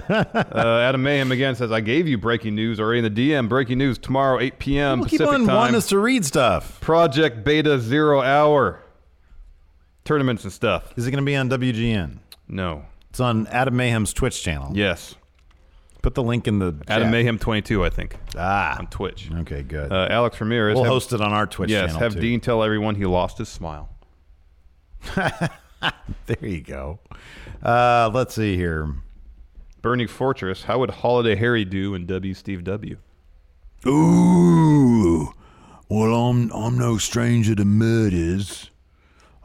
Speaker 12: Adam Mayhem again says, "I gave you breaking news already in the DM. Breaking news tomorrow, 8 p.m.
Speaker 11: People keep
Speaker 12: Pacific
Speaker 11: on
Speaker 12: time.
Speaker 11: wanting us to read stuff.
Speaker 12: Project Beta Zero Hour tournaments and stuff.
Speaker 11: Is it going to be on WGN?
Speaker 12: No.
Speaker 11: It's on Adam Mayhem's Twitch channel.
Speaker 12: Yes.
Speaker 11: Put the link in the
Speaker 12: Adam
Speaker 11: chat.
Speaker 12: Mayhem 22, I think.
Speaker 11: Ah,
Speaker 12: on Twitch.
Speaker 11: Okay, good.
Speaker 12: Uh, Alex Ramirez.
Speaker 11: We'll host it on our Twitch
Speaker 12: yes,
Speaker 11: channel,
Speaker 12: have
Speaker 11: too.
Speaker 12: Dean tell everyone he lost his smile.
Speaker 11: there you go. Uh, let's see here.
Speaker 12: Burning Fortress. How would Holiday Harry do in W Steve W?
Speaker 17: Ooh. Well, I'm I'm no stranger to murders.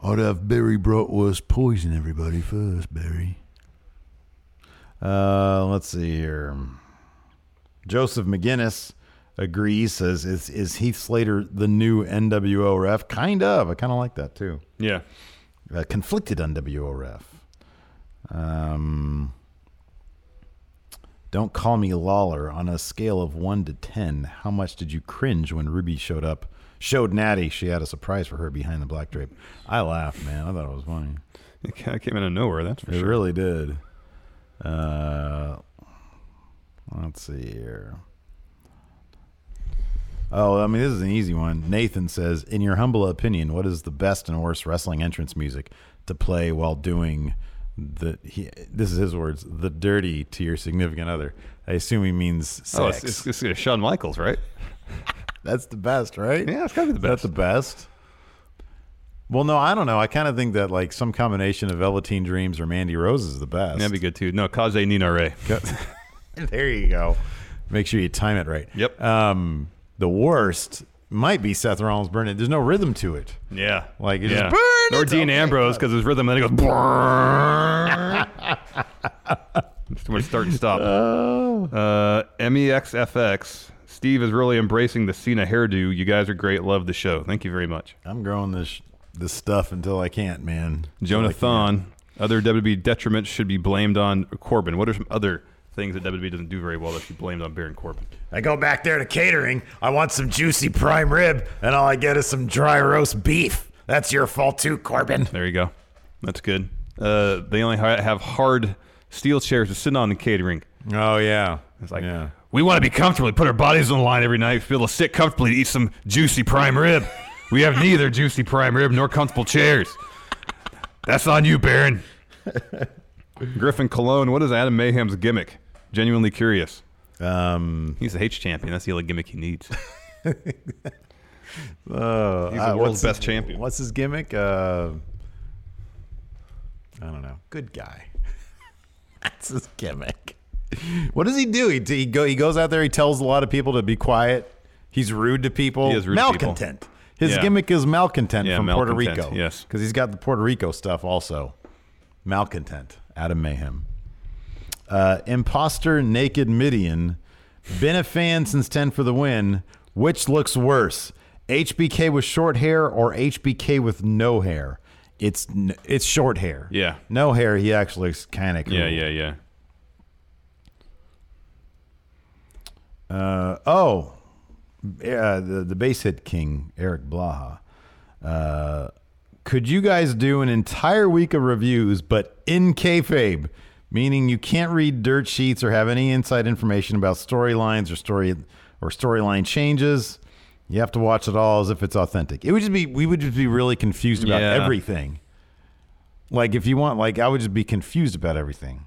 Speaker 17: I'd have Barry Bratwurst poison everybody first, Barry.
Speaker 11: Uh, let's see here. Joseph McGinnis agrees. Says, "Is is Heath Slater the new NWO ref?" Kind of. I kind of like that too.
Speaker 12: Yeah.
Speaker 11: Uh, conflicted NWO ref. Um, don't call me Lawler. On a scale of one to ten, how much did you cringe when Ruby showed up? Showed Natty she had a surprise for her behind the black drape. I laughed, man. I thought it was funny.
Speaker 12: It kind of came out of nowhere. That's for
Speaker 11: it
Speaker 12: sure.
Speaker 11: really did. Uh, let's see here. Oh, I mean, this is an easy one. Nathan says, "In your humble opinion, what is the best and worst wrestling entrance music to play while doing the?" He, this is his words: "The dirty to your significant other." I assume he means sex.
Speaker 12: Oh, it's, it's, it's Shawn Michaels, right?
Speaker 11: That's the best, right?
Speaker 12: Yeah, it's gotta be the
Speaker 11: That's the best. Well, no, I don't know. I kind of think that like some combination of Velveteen Dreams or Mandy Rose is the best.
Speaker 12: That'd be good too. No, Kaze Nina Ray.
Speaker 11: there you go. Make sure you time it right. Yep. Um, the worst might be Seth Rollins burning. There's no rhythm to it.
Speaker 12: Yeah,
Speaker 11: Like it's
Speaker 12: yeah.
Speaker 11: just Oh, burn.
Speaker 12: or
Speaker 11: it
Speaker 12: Dean
Speaker 11: up.
Speaker 12: Ambrose because his rhythm and it goes. burn. It's too much start and stop.
Speaker 11: Oh.
Speaker 12: Uh, MEXFX. Steve is really embracing the Cena hairdo. You guys are great. Love the show. Thank you very much.
Speaker 11: I'm growing this this stuff until I can't, man. Until I
Speaker 12: Jonathan. Other WWE detriments should be blamed on Corbin. What are some other things that WWE doesn't do very well that should be blamed on Baron Corbin?
Speaker 14: I go back there to catering. I want some juicy prime rib, and all I get is some dry roast beef. That's your fault too, Corbin.
Speaker 12: There you go. That's good. Uh, they only ha- have hard steel chairs to sit on in catering.
Speaker 11: Oh yeah,
Speaker 12: it's like we want to be comfortable. We put our bodies on the line every night. Be able to sit comfortably to eat some juicy prime rib. we have neither juicy prime rib nor comfortable chairs. That's on you, Baron. Griffin Cologne. What is Adam Mayhem's gimmick? Genuinely curious.
Speaker 11: Um,
Speaker 12: he's the H champion. That's the only gimmick he needs.
Speaker 11: can't. Uh,
Speaker 12: He's the
Speaker 11: uh,
Speaker 12: world's
Speaker 11: what's-
Speaker 12: best champion.
Speaker 11: What's his gimmick? Uh, I don't know. Good guy. That's his gimmick. What does he do? He, he go he goes out there. He tells a lot of people to be quiet. He's rude to people.
Speaker 12: He is rude to people.
Speaker 11: malcontent. His
Speaker 12: Yeah.
Speaker 11: gimmick is malcontent
Speaker 12: Yeah,
Speaker 11: from Puerto
Speaker 12: malcontent,
Speaker 11: Rico.
Speaker 12: yes.
Speaker 11: because he's got the Puerto Rico stuff also. Malcontent. Adam Mayhem. Uh, imposter naked Midian. Been a fan since ten for the win. Which looks worse, HBK with short hair or HBK with no hair? it's n- it's short hair.
Speaker 12: Yeah.
Speaker 11: No hair. He actually looks kind of cool.
Speaker 12: Yeah, yeah, yeah.
Speaker 11: Uh, oh, uh, the the bass hit king Eric Blaha. Uh, could you guys do an entire week of reviews, but in kayfabe, meaning you can't read dirt sheets or have any inside information about storylines or story or storyline changes? You have to watch it all as if it's authentic. It would just be we would just be really confused about
Speaker 12: Yeah.
Speaker 11: everything. Like if you want, like I would just be confused about everything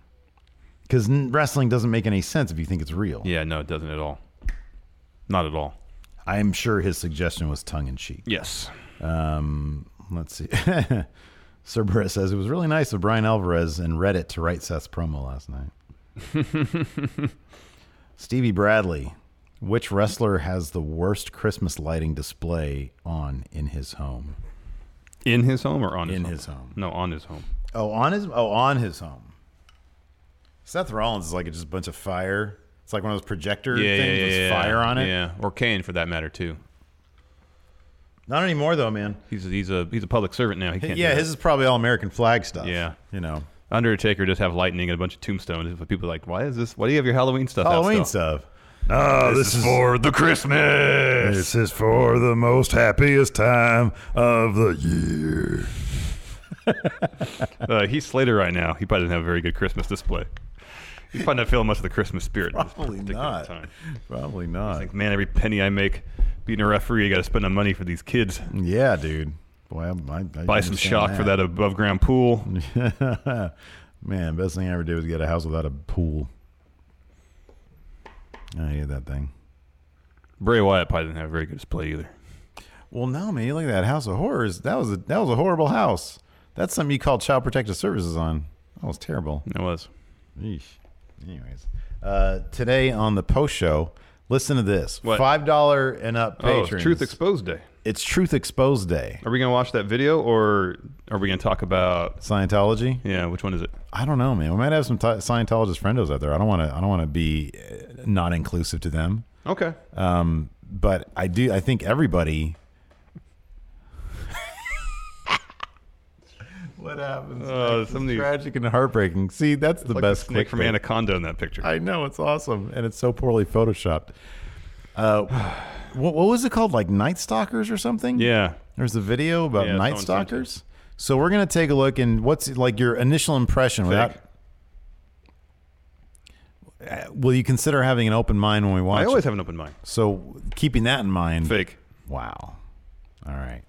Speaker 11: because wrestling doesn't make any sense if you think it's real.
Speaker 12: Yeah, no, it doesn't at all. Not at all.
Speaker 11: I am sure his suggestion was tongue in cheek.
Speaker 12: Yes.
Speaker 11: Um, let's see. Cerberus says it was really nice of Brian Alvarez and Reddit to write Seth's promo last night. Stevie Bradley, which wrestler has the worst Christmas lighting display on in his home?
Speaker 12: In his home or on his
Speaker 11: In
Speaker 12: home?
Speaker 11: his home.
Speaker 12: No, on his home.
Speaker 11: Oh, on his oh on his home. Seth Rollins is like just a bunch of fire. It's like one of those projector things with fire on it.
Speaker 12: Yeah, or Kane for that matter too.
Speaker 11: Not anymore though, man.
Speaker 12: He's he's a he's a public servant now. He can't. do
Speaker 11: yeah,
Speaker 12: that.
Speaker 11: his is probably all American flag stuff.
Speaker 12: Yeah,
Speaker 11: you know,
Speaker 12: Undertaker just have lightning and a bunch of tombstones. But people are like, why is this? Why do you have your Halloween stuff?
Speaker 11: Halloween
Speaker 12: out still?
Speaker 11: stuff.
Speaker 16: Oh, this, is,
Speaker 12: for the Christmas.
Speaker 16: This is for the most happiest time of the year.
Speaker 12: uh, he's Slater right now. He probably doesn't have a very good Christmas display. He's probably not feeling much of the Christmas spirit. at this
Speaker 11: Probably
Speaker 12: particular
Speaker 11: not.
Speaker 12: Time.
Speaker 11: Probably not.
Speaker 12: Like, man, every penny I make being a referee, I got to spend on money for these kids.
Speaker 11: Yeah, dude. Boy, I, I, I
Speaker 12: Buy some shock for that above ground pool.
Speaker 11: that. Man, best thing I ever did was get a house without a pool. I hate that thing.
Speaker 12: Bray Wyatt probably didn't have a very good display either.
Speaker 11: Well, no, man. You look at that House of Horrors. That was a that was a horrible house. That's something you called Child Protective Services on. That was terrible.
Speaker 12: It was.
Speaker 11: Anyways, uh, today on the post show, listen to this: five dollar and up
Speaker 12: Oh, it's
Speaker 11: patrons.
Speaker 12: Truth Exposed Day.
Speaker 11: It's Truth Exposed Day.
Speaker 12: Are we going to watch that video or are we going to talk about
Speaker 11: Scientology?
Speaker 12: Yeah, which one is it?
Speaker 11: I don't know, man. We might have some t- Scientologist friendos out there. I don't want to. I don't want to be uh, not inclusive to them.
Speaker 12: Okay.
Speaker 11: Um, but I do. I think everybody. What happenens?
Speaker 12: Oh, some of these
Speaker 11: tragic and heartbreaking. See, that's the
Speaker 12: like
Speaker 11: best
Speaker 12: the snake from
Speaker 11: clickbait.
Speaker 12: Anaconda in that picture.
Speaker 11: I know it's awesome, and it's so poorly photoshopped. Uh, what, what was it called? Like Night Stalkers or something?
Speaker 12: Yeah.
Speaker 11: There's a video about
Speaker 12: Yeah,
Speaker 11: Night
Speaker 12: someone sent
Speaker 11: Stalkers. So we're gonna take a look, and what's like your initial impression without? Uh, Will you consider having an open mind when we watch?
Speaker 12: I always
Speaker 11: it?
Speaker 12: have an open mind.
Speaker 11: So keeping that in mind.
Speaker 12: Fake.
Speaker 11: Wow. All right.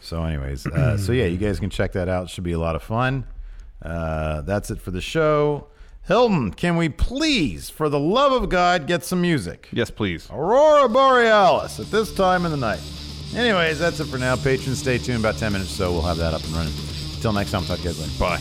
Speaker 11: So, anyways, uh, so yeah, you guys can check that out. Should be a lot of fun. Uh, that's it for the show. Hilton, can we please, for the love of God, get some music?
Speaker 12: Yes, please.
Speaker 11: Aurora Borealis at this time in the night. Anyways, that's it for now. Patrons, stay tuned. About 10 minutes or so, we'll have that up and running. Until next time, talk to you guys later.
Speaker 12: Bye.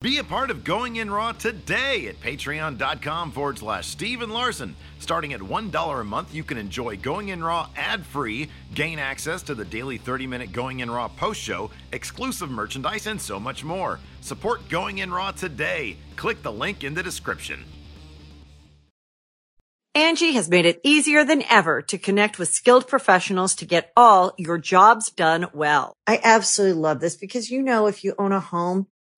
Speaker 14: Be a part of Going In Raw today at patreon.com forward slash Steven Larson. Starting at $1 a month, you can enjoy Going In Raw ad free, gain access to the daily 30 minute Going In Raw post show, exclusive merchandise, and so much more. Support Going In Raw today. Click the link in the description.
Speaker 15: Angie has made it easier than ever to connect with skilled professionals to get all your jobs done well.
Speaker 1: I absolutely love this because, you know, if you own a home,